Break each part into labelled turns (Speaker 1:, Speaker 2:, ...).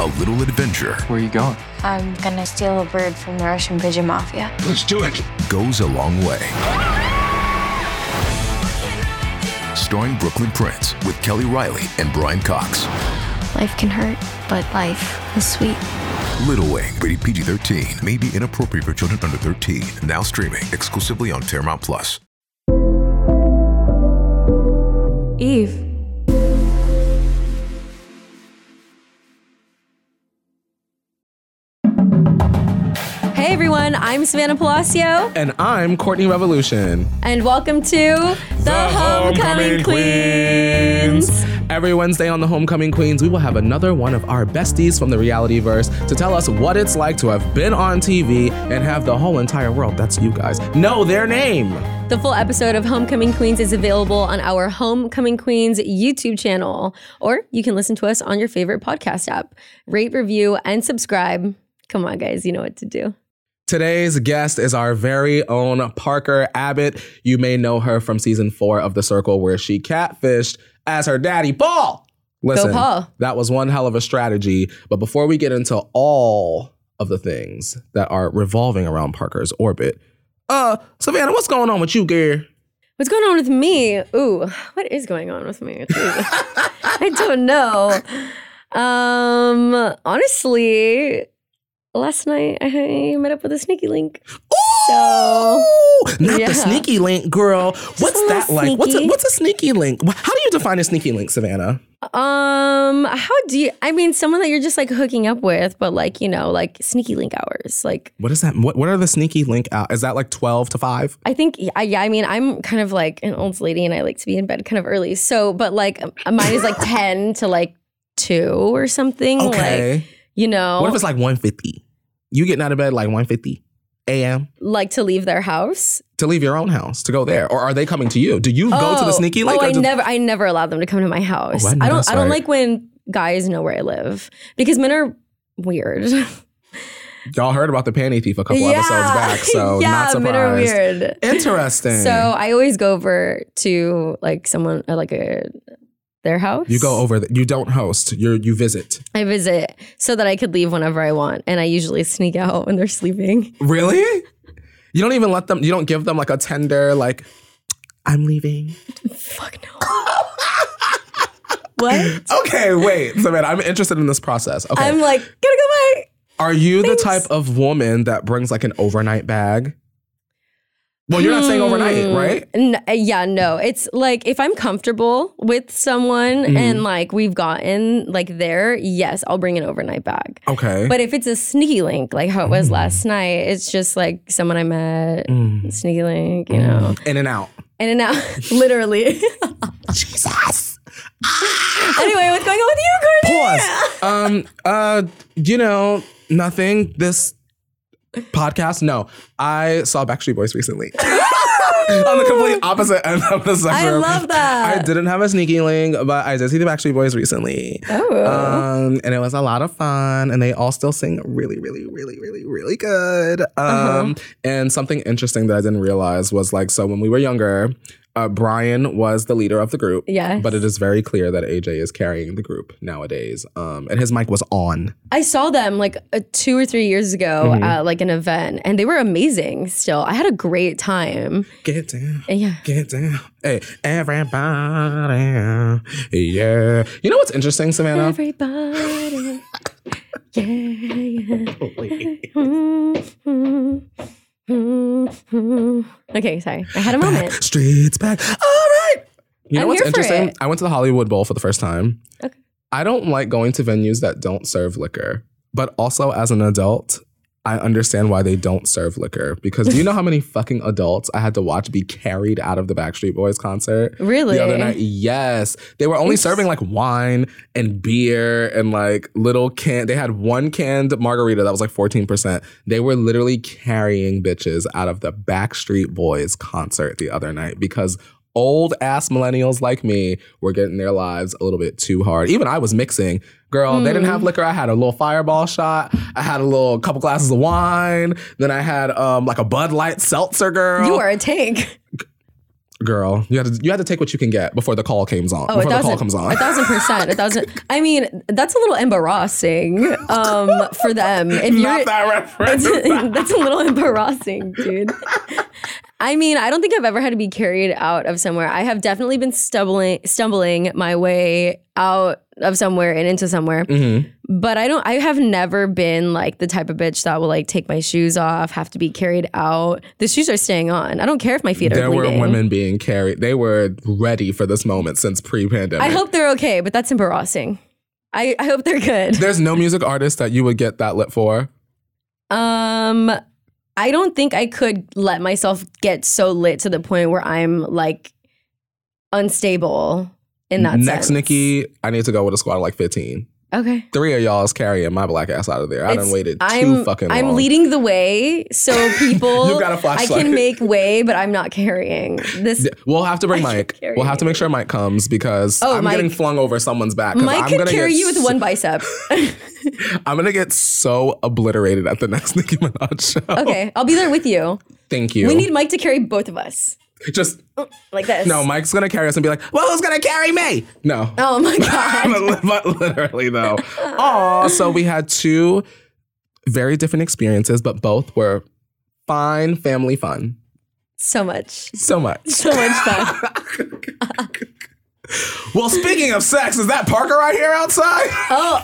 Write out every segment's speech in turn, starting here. Speaker 1: A little adventure
Speaker 2: Where are you going?
Speaker 3: I'm gonna steal a bird from the Russian pigeon mafia.
Speaker 4: Let's do it.
Speaker 1: goes a long way. Starring Brooklyn Prince with Kelly Riley and Brian Cox.
Speaker 3: Life can hurt, but life is sweet.
Speaker 1: Little Wing, rated PG 13, may be inappropriate for children under 13. Now streaming exclusively on Paramount Plus.
Speaker 5: Eve. Hey everyone, I'm Savannah Palacio,
Speaker 6: And I'm Courtney Revolution.
Speaker 5: and welcome to The, Homecoming, Queens.
Speaker 6: Every Wednesday on the Homecoming Queens, we will have another one of our besties from the reality verse to tell us what it's like to have been on TV and have the whole entire world, that's you guys, know their name.
Speaker 5: The full episode of Homecoming Queens is available on our Homecoming Queens YouTube channel, or you can listen to us on your favorite podcast app. Rate, review, and subscribe. Come on, guys, you know what to do.
Speaker 6: Today's guest is our very own Parker Abbott. You may know her from season four of The Circle, where she catfished as her daddy, Paul. Listen,
Speaker 5: Paul.
Speaker 6: that was one hell of a strategy. But before we get into all of the things that are revolving around Parker's orbit, uh, Savannah, what's going on with you, girl?
Speaker 5: What's going on with me? Ooh, what is going on with me? I don't know. Um, honestly, last night I met up with a sneaky link. So-
Speaker 6: Ooh, not
Speaker 5: Yeah.
Speaker 6: the sneaky link, girl. What's
Speaker 5: a
Speaker 6: that
Speaker 5: little
Speaker 6: like? What's a,
Speaker 5: sneaky.
Speaker 6: what's a sneaky link? How do you define a sneaky link, Savannah?
Speaker 5: Um, how do you? I mean, someone that you're just like hooking up with, but like you know, like sneaky link hours. Like
Speaker 6: What is that? What, what are the sneaky link out? Is that like 12 to 5?
Speaker 5: I think, yeah, yeah, I mean, I'm kind of like an old lady, and I like to be in bed kind of early. So, but like mine is like ten to like two or something.
Speaker 6: Okay.
Speaker 5: Like you know,
Speaker 6: What if it's like 150? You getting out of bed like 150 a.m.
Speaker 5: like to leave their house.
Speaker 6: to leave your own house to go there, or are they coming to you? Do you go to the sneaky link?
Speaker 5: Oh,
Speaker 6: or
Speaker 5: I
Speaker 6: do-
Speaker 5: never, I never allow them to come to my house.
Speaker 6: Oh, I
Speaker 5: I,
Speaker 6: know
Speaker 5: don't,
Speaker 6: that's
Speaker 5: I don't
Speaker 6: right.
Speaker 5: like when guys know where I live because men are weird.
Speaker 6: Y'all heard about the panty thief a couple episodes back, so
Speaker 5: yeah,
Speaker 6: not surprised.
Speaker 5: men are weird.
Speaker 6: Interesting.
Speaker 5: So I always go over to like someone, uh, like a their house.
Speaker 6: you go over. The, you don't host. You you visit.
Speaker 5: I visit so that I could leave whenever I want, and I usually sneak out when they're sleeping.
Speaker 6: Really? You don't even let them. You don't give them like a tender like. I'm leaving.
Speaker 5: Fuck no. what?
Speaker 6: Okay, wait, Savannah. I'm interested in this process. Okay,
Speaker 5: I'm like, gotta go back.
Speaker 6: Are you the type of woman that brings like an overnight bag? Well, you're not saying
Speaker 5: Hmm.
Speaker 6: overnight, right?
Speaker 5: Mm. N- yeah, no. It's like if I'm comfortable with someone
Speaker 6: Mm-hmm.
Speaker 5: and like we've gotten like there, yes, I'll bring an overnight bag.
Speaker 6: Okay. Mm.
Speaker 5: But if it's a sneaky link, like how it was last night, it's just like someone I met, sneaky link, you know,
Speaker 6: In and out.
Speaker 5: in and out, literally.
Speaker 6: Jesus.
Speaker 5: anyway, what's going on with you, Courtney?
Speaker 6: Pause. um, uh, you know, nothing. This podcast, no. I saw Backstreet Boys recently. On the complete opposite end of the spectrum.
Speaker 5: love that.
Speaker 6: I didn't have a sneaky link, but I did see the Backstreet Boys recently.
Speaker 5: Oh.
Speaker 6: Um, and it was a lot of fun, and they all still sing really, really, really, really, really good.
Speaker 5: Uh-huh.
Speaker 6: Um, and something interesting that I didn't realize was like, so when we were younger, uh, Brian was the leader of the group.
Speaker 5: Yes.
Speaker 6: But it is very clear that AJ is carrying the group nowadays. Um, and his mic was on.
Speaker 5: I saw them like uh, two or three years ago
Speaker 6: Mm-hmm.
Speaker 5: at like an event, and they were amazing. Still, I had a great time.
Speaker 6: Get down.
Speaker 5: And Eh, yeah.
Speaker 6: Get down. Hey, everybody. Yeah. You know what's interesting, Savannah?
Speaker 5: Everybody. yeah, yeah. Mm, mm, mm, mm. Okay, sorry. I had a moment.
Speaker 6: Streets back. All right. You know
Speaker 5: I'm
Speaker 6: what's
Speaker 5: here for
Speaker 6: interesting?
Speaker 5: it.
Speaker 6: I went to the Hollywood Bowl for the first time.
Speaker 5: Okay.
Speaker 6: I don't like going to venues that don't serve liquor, but also as an adult, I understand why they don't serve liquor because do you know how many fucking adults I had to watch be carried out of the Backstreet Boys concert?
Speaker 5: Really?
Speaker 6: The other night? Yes. They were only serving like wine and beer and like little can. They had one canned margarita that was like 14%. They were literally carrying bitches out of the Backstreet Boys concert the other night because old ass millennials like me were getting their lives a little bit too hard. Even I was mixing. Girl, they didn't
Speaker 5: Hmm.
Speaker 6: have liquor. I had a little fireball shot. I had a little couple glasses of wine. Then I had um like a Bud Light seltzer girl.
Speaker 5: You are a tank.
Speaker 6: girl. You had to you had to take what you can get before the call comes on.
Speaker 5: Oh, a
Speaker 6: before the
Speaker 5: thousand,
Speaker 6: call comes on.
Speaker 5: a thousand percent, a thousand. I mean, that's a little embarrassing um, for them. If
Speaker 6: Not that reference.
Speaker 5: That's, that's a little embarrassing, dude. I mean, I don't think I've ever had to be carried out of somewhere. I have definitely been stumbling stumbling my way out of somewhere and into somewhere.
Speaker 6: Mm-hmm.
Speaker 5: But I don't I have never been like the type of bitch that will like take my shoes off, have to be carried out. The shoes are staying on. I don't care if my feet
Speaker 6: There
Speaker 5: are
Speaker 6: were
Speaker 5: bleeding.
Speaker 6: women being carried. They were ready for this moment since pre-pandemic.
Speaker 5: I hope they're okay, but that's embarrassing. I, I hope they're good.
Speaker 6: There's no music artist that you would get that lit for.
Speaker 5: Um, I don't think I could let myself get so lit to the point where I'm like unstable in that
Speaker 6: Next,
Speaker 5: sense.
Speaker 6: Nikki, I need to go with a squad of like 15.
Speaker 5: Okay.
Speaker 6: Three of y'all is carrying my black ass out of there. I done
Speaker 5: It's-
Speaker 6: waited too
Speaker 5: I'm,
Speaker 6: fucking long.
Speaker 5: I'm leading the way, so people.
Speaker 6: You got a
Speaker 5: I
Speaker 6: flashlight.
Speaker 5: can make way, but I'm not carrying this.
Speaker 6: D- We'll have to bring Mike.
Speaker 5: carry
Speaker 6: We'll have to
Speaker 5: you.
Speaker 6: make sure Mike comes because
Speaker 5: Oh,
Speaker 6: I'm
Speaker 5: Mike-
Speaker 6: getting flung over someone's back. 'cause
Speaker 5: Mike
Speaker 6: I'm
Speaker 5: could
Speaker 6: gonna
Speaker 5: carry
Speaker 6: get
Speaker 5: you with
Speaker 6: so-
Speaker 5: one bicep.
Speaker 6: I'm gonna get so obliterated at the next Nicki Minaj show.
Speaker 5: okay, I'll be there with you.
Speaker 6: Thank you.
Speaker 5: We need Mike to carry both of us
Speaker 6: just
Speaker 5: like this.
Speaker 6: No, Mike's gonna carry us and be like, "Well, who's gonna carry me?" No,
Speaker 5: Oh my god.
Speaker 6: but literally though. Aw, so we had two very different experiences, but both were fine family fun.
Speaker 5: So much.
Speaker 6: So much.
Speaker 5: So much fun.
Speaker 6: Well, speaking of sex, is that Parker right here outside?
Speaker 5: Oh,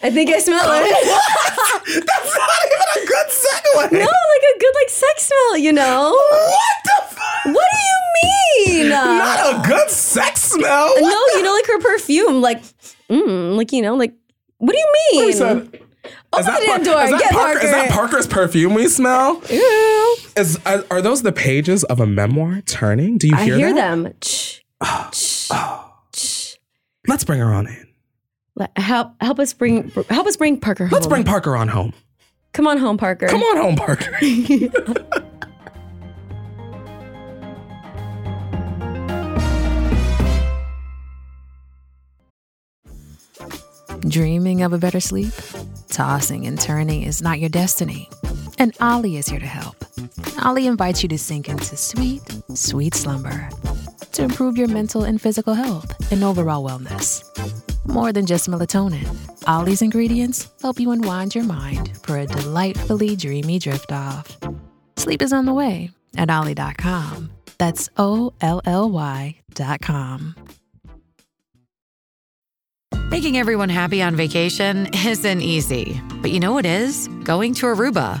Speaker 5: I think I smell it.
Speaker 6: That's not even a good segue.
Speaker 5: No, Oh, like a good like sex smell, you know?
Speaker 6: What the fuck?
Speaker 5: What do you mean?
Speaker 6: Not a good sex smell.
Speaker 5: no, you know, like her perfume, like, mm, like you know, like. What do you mean?
Speaker 6: He said-
Speaker 5: Open
Speaker 6: Is that,
Speaker 5: the damn
Speaker 6: Par-
Speaker 5: door.
Speaker 6: is that
Speaker 5: Get
Speaker 6: Parker- is that
Speaker 5: Parker.
Speaker 6: Parker's perfume we smell?
Speaker 5: Ew.
Speaker 6: Is are, are those the pages of a memoir turning? Do you
Speaker 5: I
Speaker 6: hear,
Speaker 5: hear
Speaker 6: that? Oh.
Speaker 5: them. Ch- ch- ch-
Speaker 6: Let's bring her on in.
Speaker 5: Let- Help, help us bring help us bring Parker home.
Speaker 6: Let's bring Parker on home.
Speaker 5: Come on home, Parker.
Speaker 6: Come on home, Parker.
Speaker 7: Dreaming of a better sleep? Tossing and turning is not your destiny. And Ollie is here to help. Ollie invites you to sink into sweet, sweet slumber to improve your mental and physical health and overall wellness. More than just melatonin, Ollie's ingredients help you unwind your mind for a delightfully dreamy drift off. Sleep is on the way at Ollie.com. That's O L L Y.com. Making everyone happy on vacation isn't easy, but you know what is? Going to Aruba.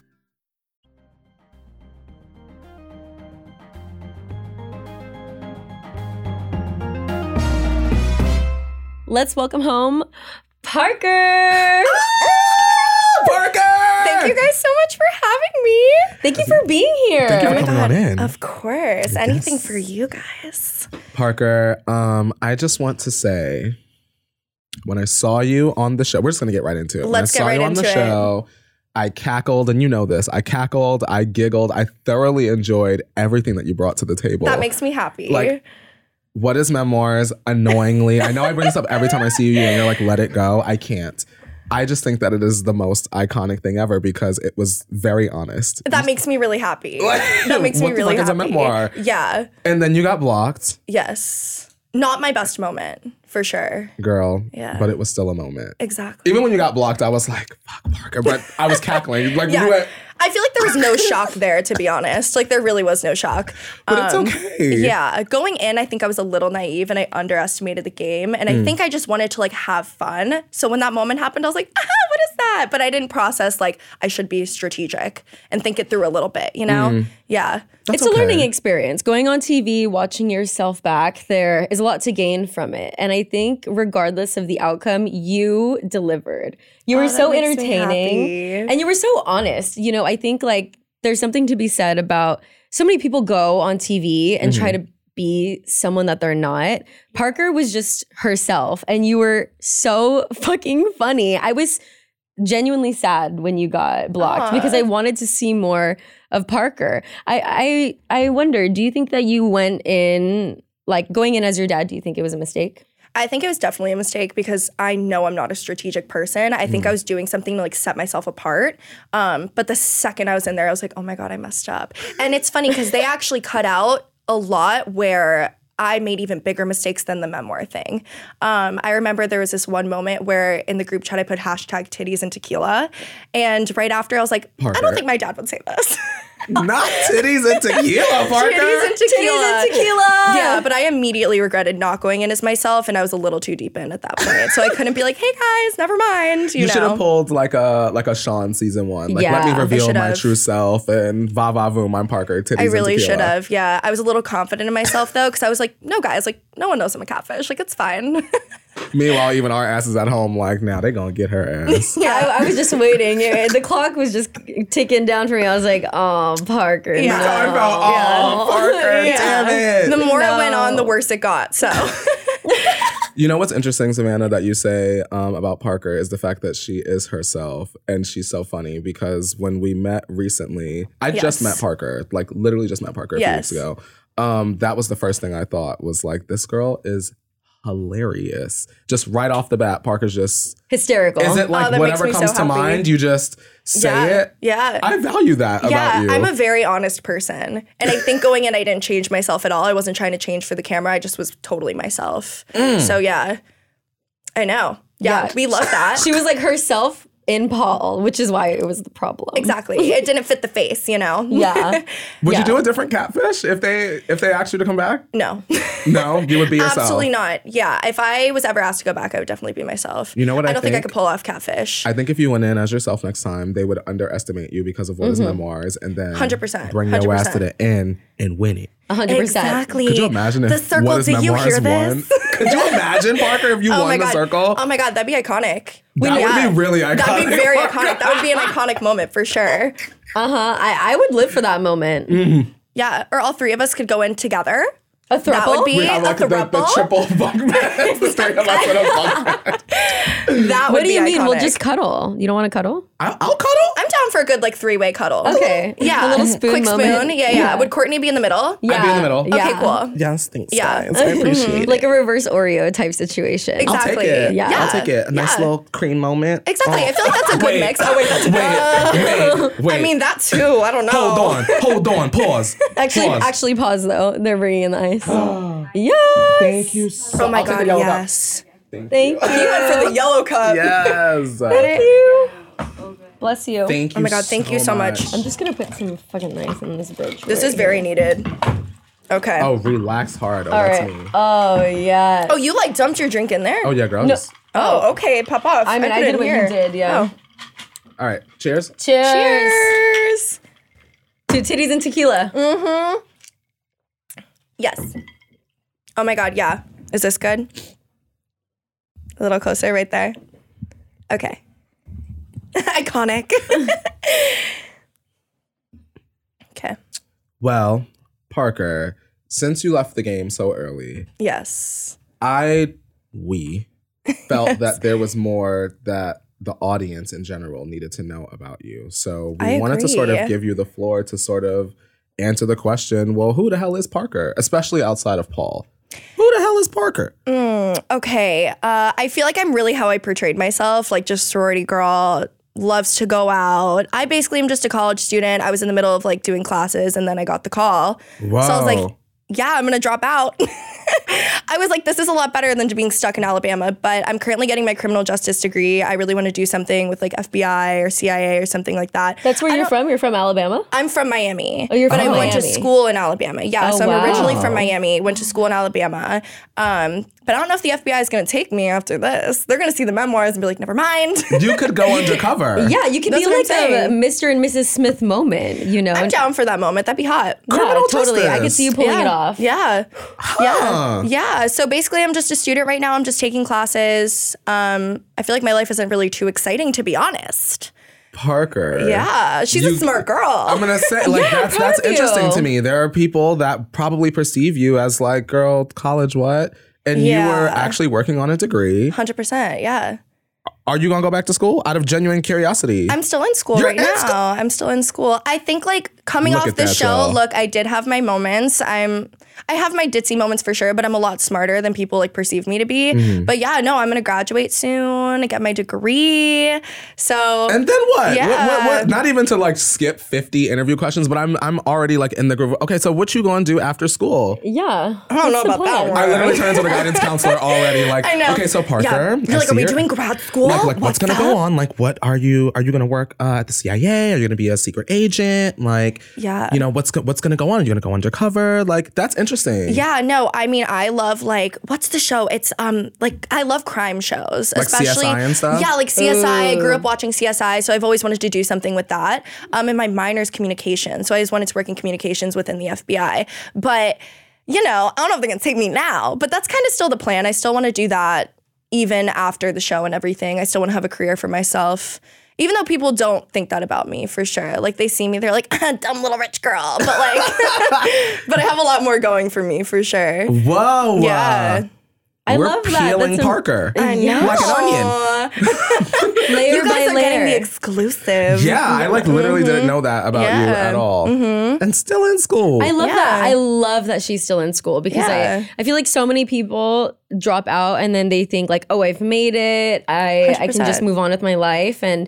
Speaker 5: Let's welcome home Parker.
Speaker 6: Parker!
Speaker 5: Thank you guys Oh so much for having me. Thank you for being here.
Speaker 6: Thank you for coming on in.
Speaker 5: Of course. Anything for you guys.
Speaker 6: Parker, um, I just want to say when I saw you on the show, we're just gonna get right into it.
Speaker 5: Let's get
Speaker 6: when I
Speaker 5: right
Speaker 6: saw you on the
Speaker 5: into it.
Speaker 6: show, I cackled, and you know this. I cackled, I giggled, I thoroughly enjoyed everything that you brought to the table.
Speaker 5: That makes me happy.
Speaker 6: like what is memoirs annoyingly i know i bring this up every time i see you and you're like let it go i can't i just think that it is the most iconic thing ever because it was very honest
Speaker 5: that makes me really happy.
Speaker 6: that
Speaker 5: makes
Speaker 6: what
Speaker 5: me
Speaker 6: the
Speaker 5: really
Speaker 6: fuck is a
Speaker 5: happy.
Speaker 6: memoir
Speaker 8: Yeah.
Speaker 6: and then you got blocked
Speaker 8: Yes. Not my best moment, for sure.
Speaker 6: girl
Speaker 8: Yeah.
Speaker 6: but it was still a moment
Speaker 8: Exactly.
Speaker 6: even when you got blocked i was like fuck parker but i was cackling like
Speaker 8: Yeah.
Speaker 6: you went
Speaker 5: I feel like there was no shock there, to be honest. Like there really was no shock.
Speaker 6: But it's
Speaker 5: Um,
Speaker 6: okay.
Speaker 5: Yeah, going in, I think I was a little naive and I underestimated the game, and I think I just wanted to like have fun. So when that moment happened, I was like, ah, "What is that?" But I didn't process like I should be strategic and think it through a little bit, you know? Yeah,
Speaker 2: it's a learning experience. Going on TV, watching yourself back, there is a lot to gain from it. And I think, regardless of the outcome, you delivered. You were
Speaker 5: Oh, that
Speaker 2: so
Speaker 5: makes me
Speaker 2: entertaining
Speaker 5: happy.
Speaker 2: and you were so honest. You know, I think like there's something to be said about so many people go on TV and try to be someone that they're not. Parker was just herself and you were so fucking funny. I was genuinely sad when you got blocked
Speaker 5: Aw.
Speaker 2: because I wanted to see more of Parker. I I I wonder, do you think that you went in like going in as your dad, do you think it was a mistake?
Speaker 5: I think it was definitely a mistake because I know I'm not a strategic person. I think I was doing something to like set myself apart. Um, but the second I was in there, I was like, oh my God, I messed up. And it's funny because they actually cut out a lot where I made even bigger mistakes than the memoir thing. Um, I remember there was this one moment where in the group chat I put hashtag titties and tequila. And right after I was like, I
Speaker 6: Parker.
Speaker 5: don't think my dad would say this.
Speaker 6: Not titties and tequila, Parker.
Speaker 5: titties and tequila.
Speaker 2: tequila.
Speaker 5: Yeah, but I immediately regretted not going in as myself, and I was a little too deep in at that point, so I couldn't be like, "Hey guys, never mind." You,
Speaker 6: You, should
Speaker 5: know,
Speaker 6: have pulled like a like a Sean season one. Like let
Speaker 2: Yeah,
Speaker 6: me
Speaker 2: I
Speaker 6: reveal
Speaker 5: should
Speaker 6: my
Speaker 5: have.
Speaker 6: true self and va va voom. I'm Parker. Titties
Speaker 5: I really
Speaker 6: and tequila.
Speaker 5: should have. Yeah, I was a little confident in myself though, because I was like, "No guys, like no one knows I'm a catfish. Like it's fine."
Speaker 6: Meanwhile, even our asses at home, like now they gonna get her ass.
Speaker 2: Yeah, I, I was just waiting. the clock was just ticking down for me. I was like, oh, Parker.
Speaker 5: Yeah.
Speaker 2: no."
Speaker 5: Talk
Speaker 6: about, "Aw, Parker, damn it."
Speaker 5: the more it went
Speaker 2: No.
Speaker 5: on, the worse it got. So
Speaker 6: You know what's interesting, Savannah, that you say um, about Parker is the fact that she is herself and she's so funny because when we met recently, I
Speaker 5: Yes.
Speaker 6: just met Parker, like literally just met Parker a
Speaker 5: Yes.
Speaker 6: few weeks ago. Um, that was the first thing I thought was like, this girl is hilarious. Just right off the bat, Parker's just,
Speaker 2: Hysterical.
Speaker 6: is it like
Speaker 5: Oh, that makes
Speaker 6: whatever
Speaker 5: me so
Speaker 6: comes to
Speaker 5: happy.
Speaker 6: mind, you just say
Speaker 5: yeah,
Speaker 6: it?
Speaker 5: yeah.
Speaker 6: I value that about
Speaker 5: yeah,
Speaker 6: you.
Speaker 5: I'm a very honest person. And I think going in, I didn't change myself at all. I wasn't trying to change for the camera. I just was totally myself.
Speaker 6: Mm.
Speaker 5: So, yeah, I know. Yeah,
Speaker 2: Yeah.
Speaker 5: we love that.
Speaker 2: she was like herself in Paul, which is why it was the problem.
Speaker 5: exactly. It didn't fit the face, you know?
Speaker 2: Yeah.
Speaker 6: would
Speaker 2: yeah.
Speaker 6: you do a different catfish if they if they asked you to come back?
Speaker 5: No,
Speaker 6: No, you would be yourself.
Speaker 5: absolutely not. Yeah, if I was ever asked to go back, I would definitely be myself.
Speaker 6: You know what I
Speaker 5: I don't think, I
Speaker 6: think?
Speaker 5: could pull off catfish.
Speaker 6: I think if you went in as yourself next time, they would underestimate you because of what is
Speaker 5: Mm-hmm.
Speaker 6: memoirs, and then
Speaker 5: 100%,
Speaker 6: bring your ass to
Speaker 5: 100%.
Speaker 6: the end and win it.
Speaker 2: 100%.
Speaker 5: Exactly.
Speaker 6: Could you imagine if
Speaker 5: the circle?
Speaker 6: what is
Speaker 5: do you
Speaker 6: memoirs
Speaker 5: hear
Speaker 6: won?
Speaker 5: this?
Speaker 6: Could you imagine Parker if you
Speaker 5: Oh my
Speaker 6: won the
Speaker 5: god!
Speaker 6: circle?
Speaker 5: Oh my god, that'd be iconic.
Speaker 6: That
Speaker 5: Yeah.
Speaker 6: would be really iconic.
Speaker 5: That'd be very iconic. That would be an iconic moment for sure.
Speaker 2: Uh huh. I, I would live for that moment.
Speaker 6: Mm-hmm.
Speaker 5: Yeah, or all three of us could go in together.
Speaker 2: A throuple.
Speaker 5: That would be
Speaker 6: I
Speaker 5: a
Speaker 6: like the, the,
Speaker 5: throuple.
Speaker 6: triple bunk bed. the three of us in a bunk bed.
Speaker 5: That would
Speaker 2: What do you
Speaker 5: be
Speaker 2: mean? We'll
Speaker 5: iconic.
Speaker 2: just cuddle. You don't want to cuddle?
Speaker 6: I'll, I'll cuddle.
Speaker 5: I'm down for a good like three way cuddle.
Speaker 2: Okay.
Speaker 5: Yeah.
Speaker 2: A little spoon
Speaker 5: Quick spoon.
Speaker 2: moment.
Speaker 5: Yeah, yeah,
Speaker 2: Yeah.
Speaker 5: Would Courtney be in the middle?
Speaker 2: Yeah.
Speaker 6: I'd be in the middle.
Speaker 2: Yeah.
Speaker 5: Okay, cool.
Speaker 6: Yes, thanks.
Speaker 5: Yeah. Mm-hmm.
Speaker 6: guys. I appreciate
Speaker 2: Like a reverse Oreo type situation.
Speaker 5: Exactly.
Speaker 6: I'll take it.
Speaker 2: Yeah.
Speaker 6: I'll take it. A nice
Speaker 5: Yeah.
Speaker 6: little cream moment.
Speaker 5: Exactly. I feel like that's a good
Speaker 6: Wait.
Speaker 5: mix. Oh wait, that's a
Speaker 6: Wait, wait, wait.
Speaker 5: I mean that too. I don't know.
Speaker 6: hold on, hold on, pause.
Speaker 2: Actually,
Speaker 6: pause.
Speaker 2: actually, pause though. They're bringing in the ice. yes.
Speaker 6: Thank you so
Speaker 5: Oh my
Speaker 6: I'll take
Speaker 5: god,
Speaker 6: the yellow cup.
Speaker 5: yes.
Speaker 2: Thank you.
Speaker 5: You went for the yellow cup.
Speaker 6: Yes.
Speaker 2: Thank you. Bless you.
Speaker 6: Thank you.
Speaker 5: Oh my god, thank you so much.
Speaker 2: I'm just gonna put some fucking ice in this brooch.
Speaker 5: This is very needed. Okay.
Speaker 6: Oh, relax hard. Oh,
Speaker 2: All
Speaker 6: that's
Speaker 2: right.
Speaker 6: me.
Speaker 2: Oh yeah.
Speaker 5: Oh, you like dumped your drink in there?
Speaker 6: Oh yeah, girl. just-
Speaker 5: Oh, okay. Pop off.
Speaker 2: I mean, I,
Speaker 5: put it
Speaker 2: did
Speaker 5: in
Speaker 2: what
Speaker 5: here. Oh.
Speaker 2: you did. Yeah.
Speaker 6: All right. Cheers.
Speaker 2: Cheers.
Speaker 5: Cheers. Mm,
Speaker 2: To titties and tequila.
Speaker 5: Yes. Oh my god, yeah. Is this good? A little closer right there. Okay. Iconic. okay.
Speaker 6: Well, Parker, since you left the game so early,
Speaker 5: Yes.
Speaker 6: I we felt that there was more that the audience in general needed to know about you. So we
Speaker 5: I
Speaker 6: wanted to sort of
Speaker 5: agree.
Speaker 6: give you the floor to sort of answer the question, well, who the hell is Parker? Especially outside of Paul. Who the hell is Parker?
Speaker 5: Mm, Okay. Uh, I feel like I'm really how I portrayed myself, like just sorority girl, loves to go out. I basically am just a college student. I was in the middle of like doing classes and then I got the call. So I was like,
Speaker 6: Wow.
Speaker 5: yeah, I'm going to drop out. I was like, this is a lot better than being stuck in Alabama. But I'm currently getting my criminal justice degree. I really want to do something with like FBI or CIA or something like that.
Speaker 2: That's where you're from. You're from Alabama.
Speaker 5: I'm from Miami.
Speaker 2: Oh, you're
Speaker 5: but
Speaker 2: from
Speaker 5: I went to
Speaker 2: Miami.
Speaker 5: school in Alabama. Yeah,
Speaker 2: Oh,
Speaker 5: so I'm originally
Speaker 2: wow.
Speaker 5: from Miami. Went to school in Alabama. Um, but I don't know if the FBI is going to take me after this. They're going to see the memoirs and be like, never mind.
Speaker 6: You could go undercover.
Speaker 2: Yeah, you could
Speaker 5: That's
Speaker 2: be
Speaker 5: what I'm
Speaker 2: like a
Speaker 5: saying.
Speaker 2: Mr. and Mrs. Smith moment. You know,
Speaker 5: I'm down for that moment. That'd be hot.
Speaker 2: yeah,
Speaker 6: Criminal
Speaker 2: totally. I could see you
Speaker 6: justice.
Speaker 2: pulling it off.
Speaker 5: Yeah. Yeah. Yeah. So basically, I'm just a student right now. I'm just taking classes. Um, I feel like my life isn't really too exciting, to be honest.
Speaker 6: Parker.
Speaker 5: Yeah. She's a
Speaker 6: You-
Speaker 5: smart girl.
Speaker 6: I'm gonna say like that's
Speaker 2: proud
Speaker 6: that's
Speaker 2: of you.
Speaker 6: interesting to me. There are people that probably perceive you as like, girl, college what? And you were
Speaker 5: Yeah.
Speaker 6: actually working on a degree.
Speaker 5: 100%. Yeah.
Speaker 6: Are you gonna go back to school out of genuine curiosity?
Speaker 5: I'm still in school
Speaker 6: You're
Speaker 5: right
Speaker 6: in
Speaker 5: now.
Speaker 6: school?
Speaker 5: I'm still in school. I think like coming
Speaker 6: Look
Speaker 5: off
Speaker 6: at
Speaker 5: the
Speaker 6: that,
Speaker 5: show,
Speaker 6: y'all.
Speaker 5: look, I did have my moments. I'm I have my ditzy moments for sure, but I'm a lot smarter than people like perceive me to be.
Speaker 6: Mm-hmm.
Speaker 5: But yeah, no, I'm gonna graduate soon, I get my degree. So
Speaker 6: and then what? What, what?
Speaker 5: Yeah.
Speaker 6: what? Not even to like skip 50 interview questions, but I'm I'm already like in the groove. Okay, so what you gonna do after school?
Speaker 2: Yeah.
Speaker 5: I don't know
Speaker 2: the
Speaker 5: about that
Speaker 2: plan?
Speaker 5: one.
Speaker 6: I literally turned to the guidance counselor already. Like,
Speaker 5: I know.
Speaker 6: okay, so
Speaker 5: Yeah.
Speaker 6: Parker,
Speaker 5: You're
Speaker 6: I
Speaker 5: like, are
Speaker 6: see
Speaker 5: we
Speaker 6: your-
Speaker 5: doing grad school?
Speaker 6: Like, like what's, gonna go
Speaker 5: up?
Speaker 6: on? Like, what are you? Are you gonna work uh, at the CIA? Are you gonna be a secret agent? Like,
Speaker 5: Yeah.
Speaker 6: you know, what's go- what's gonna go on? Are you gonna go undercover? Like, that's interesting.
Speaker 5: Yeah, no, I mean, I love like what's the show? It's um like I love crime shows,
Speaker 6: Like CSI
Speaker 5: especially
Speaker 6: and stuff?
Speaker 5: Yeah, like CSI. I grew up watching CSI, so I've always wanted to do something with that. Um, and my minor's communications, so I just wanted to work in communications within the FBI, but. You know, I don't know if they're gonna take me now, but that's kind of still the plan. I still want to do that even after the show and everything. I still want to have a career for myself, even though people don't think that about me for sure. Like they see me, they're like, "Dumb little rich girl," but like, but I have a lot more going for me for sure.
Speaker 6: Whoa.
Speaker 5: Yeah.
Speaker 2: I
Speaker 6: We're
Speaker 2: love that.
Speaker 6: peeling
Speaker 2: That's a-
Speaker 6: Parker.
Speaker 2: I know.
Speaker 6: Like an onion.
Speaker 5: Aw.
Speaker 2: Layer
Speaker 5: You guys
Speaker 2: by
Speaker 5: are
Speaker 2: layer.
Speaker 5: getting the exclusive.
Speaker 6: Yeah, I like literally didn't know that about you
Speaker 5: Yeah.
Speaker 6: at all. And still in school.
Speaker 2: Mm-hmm. I love that.
Speaker 5: Yeah.
Speaker 2: I love that she's still in school because
Speaker 5: Yeah.
Speaker 2: I, I feel like so many people drop out and then they think like, oh, I've made it. I, I can just
Speaker 5: 100%.
Speaker 2: move on with my life. And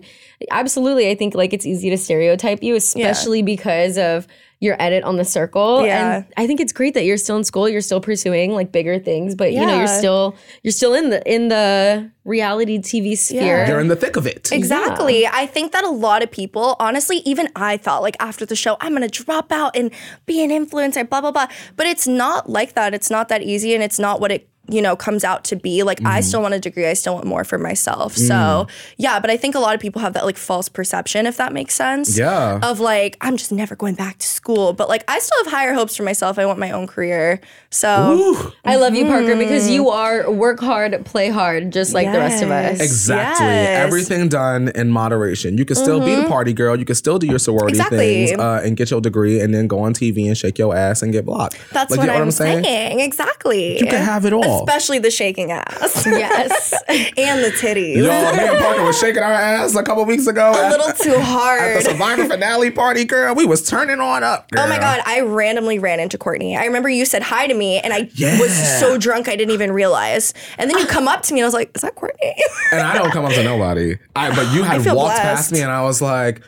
Speaker 2: absolutely, I think like it's easy to stereotype you, especially because of your edit on the circle.
Speaker 5: Yeah.
Speaker 2: And I think it's great that you're still in school. You're still pursuing like bigger things, but you know, you're
Speaker 5: Yeah.
Speaker 2: still you're still in the in the reality TV sphere.
Speaker 6: You're in the thick of it.
Speaker 5: Exactly. I think that a lot of people, honestly, even I thought, like, after the show, I'm going to drop out and be an influencer, blah, blah, blah. But it's not like that. It's not that easy and it's not what it, you know, comes out to be. Like,
Speaker 6: Mm-hmm.
Speaker 5: I still want a degree. I still want more for myself.
Speaker 6: Mm.
Speaker 5: So, yeah, but I think a lot of people have that, like, false perception, if that makes sense.
Speaker 6: Yeah.
Speaker 5: Of like, I'm just never going back to school. But, like, I still have higher hopes for myself. I want my own career. So,
Speaker 2: I love you, Parker, because you
Speaker 5: Mm.
Speaker 2: are work hard, play hard, just like the rest of us.
Speaker 6: Exactly.
Speaker 5: Yes.
Speaker 6: Everything done in moderation. You can still be the party girl. You can still do your sorority
Speaker 5: Mm-hmm. Exactly.
Speaker 6: things uh, and get your degree and then go on TV and shake your ass and get blocked.
Speaker 5: That's
Speaker 6: Like,
Speaker 5: what,
Speaker 6: you know
Speaker 5: I'm saying. Exactly.
Speaker 6: You can have it all.
Speaker 5: Especially the shaking ass.
Speaker 2: Yes.
Speaker 5: and the titties.
Speaker 6: Yo, me and Parker was shaking our ass a couple weeks ago.
Speaker 5: a
Speaker 6: at-
Speaker 5: little too
Speaker 6: At the
Speaker 5: hard.
Speaker 6: Survivor finale party, girl, we was turning on up.
Speaker 5: Oh my
Speaker 6: girl.
Speaker 5: god, I randomly ran into Courtney. I remember you said hi to me and I
Speaker 6: Yeah.
Speaker 5: was so drunk I didn't even realize. And then you come up to me and I was like, is that Courtney?
Speaker 6: And I don't come up to nobody. I but you had
Speaker 5: feel
Speaker 6: walked
Speaker 5: blessed.
Speaker 6: past me, and I was like,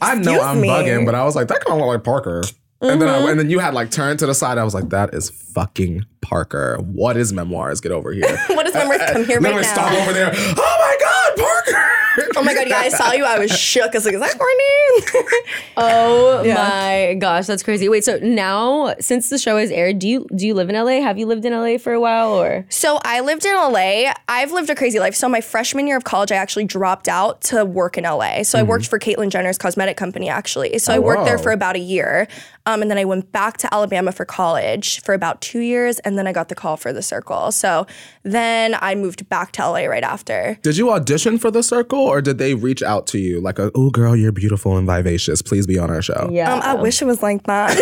Speaker 6: I know
Speaker 5: Excuse
Speaker 6: I'm
Speaker 5: me. Mm-hmm.
Speaker 6: bugging, but I was like, that kind of look like Parker. And then I, and then you had like turned to the side. I was like, that is fucking Parker. What is memoirs? Get over here.
Speaker 5: what is my worth? Come here right
Speaker 6: Literally
Speaker 5: now.
Speaker 6: stop over there. Oh my god, Parker!
Speaker 5: Oh my god, yeah, I saw you. I was shook. I was like, is that Courtney?
Speaker 2: Oh my gosh, that's crazy. Wait, so now since the show has aired, do you do you live in LA? Have you lived in LA for a while or
Speaker 5: So I lived in LA. I've lived a crazy life. So my freshman year of college, I actually dropped out to work in LA. So I worked for Caitlyn Jenner's cosmetic company, actually. So I worked there
Speaker 6: wow.
Speaker 5: for about a year, um, and then I went back to Alabama for college for about two years, and then I got the call for The Circle. So then I moved back to LA right after.
Speaker 6: Did you audition for the circle, or did they reach out to you like, "Oh, girl, you're beautiful and vivacious. Please be on our show."
Speaker 2: yeah?
Speaker 5: Um, I wish it was like that.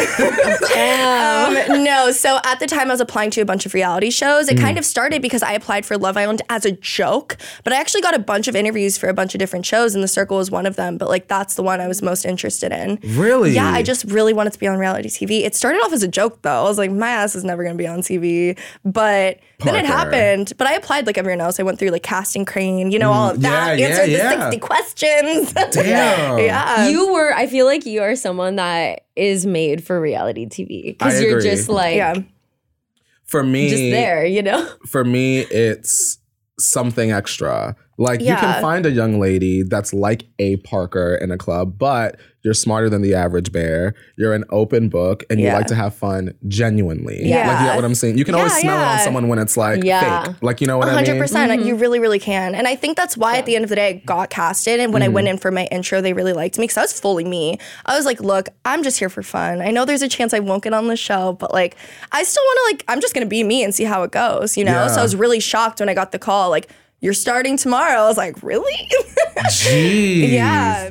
Speaker 5: um, no, so at the time I was applying to a bunch of reality shows. It
Speaker 6: Mm.
Speaker 5: kind of started because I applied for Love Island as a joke, but I actually got a bunch of interviews for a bunch of different shows, and The Circle was one of them. But like that's the one I was most interested in.
Speaker 6: Really?
Speaker 5: Yeah, I just really wanted to be on reality TV. It started off as a joke though. I was like, my ass is never gonna be on TV, but then it
Speaker 6: Parker.
Speaker 5: happened. But I applied like everyone else. I went through like casting crane, you know, all of that.
Speaker 6: Mm, yeah,
Speaker 5: Answered
Speaker 6: yeah,
Speaker 5: the
Speaker 6: yeah.
Speaker 5: sixty questions.
Speaker 6: Damn.
Speaker 5: yeah.
Speaker 2: you were I feel like you are someone that is made for reality TV.
Speaker 6: I
Speaker 2: Because you're
Speaker 6: agree.
Speaker 2: just like
Speaker 5: yeah.
Speaker 6: For me,
Speaker 2: just there, you know?
Speaker 6: for me, it's something extra. Like you
Speaker 5: Yeah.
Speaker 6: can find a young lady that's like a Parker in a club, but you're smarter than the average bear. You're an open book, and you
Speaker 2: Yeah.
Speaker 6: like to have fun genuinely.
Speaker 5: Yeah.
Speaker 6: like you get what I'm saying. You can always
Speaker 5: Yeah,
Speaker 6: smell it on
Speaker 5: yeah.
Speaker 6: someone when it's like
Speaker 2: Yeah.
Speaker 6: fake. Like you know what I
Speaker 5: hundred
Speaker 6: mean? mm-hmm.
Speaker 5: percent. uh, You really, really can. And I think that's why at the end of the day I got casted. And when I
Speaker 6: Mm.
Speaker 5: went in for my intro, they really liked me because I was fully me. I was like, look, I'm just here for fun. I know there's a chance I won't get on the show, but like I still wanna like I'm just gonna be me and see how it goes, you know? So I was really shocked when I got the call, like, you're starting tomorrow. I was like, really?
Speaker 6: Jeez.
Speaker 5: yeah.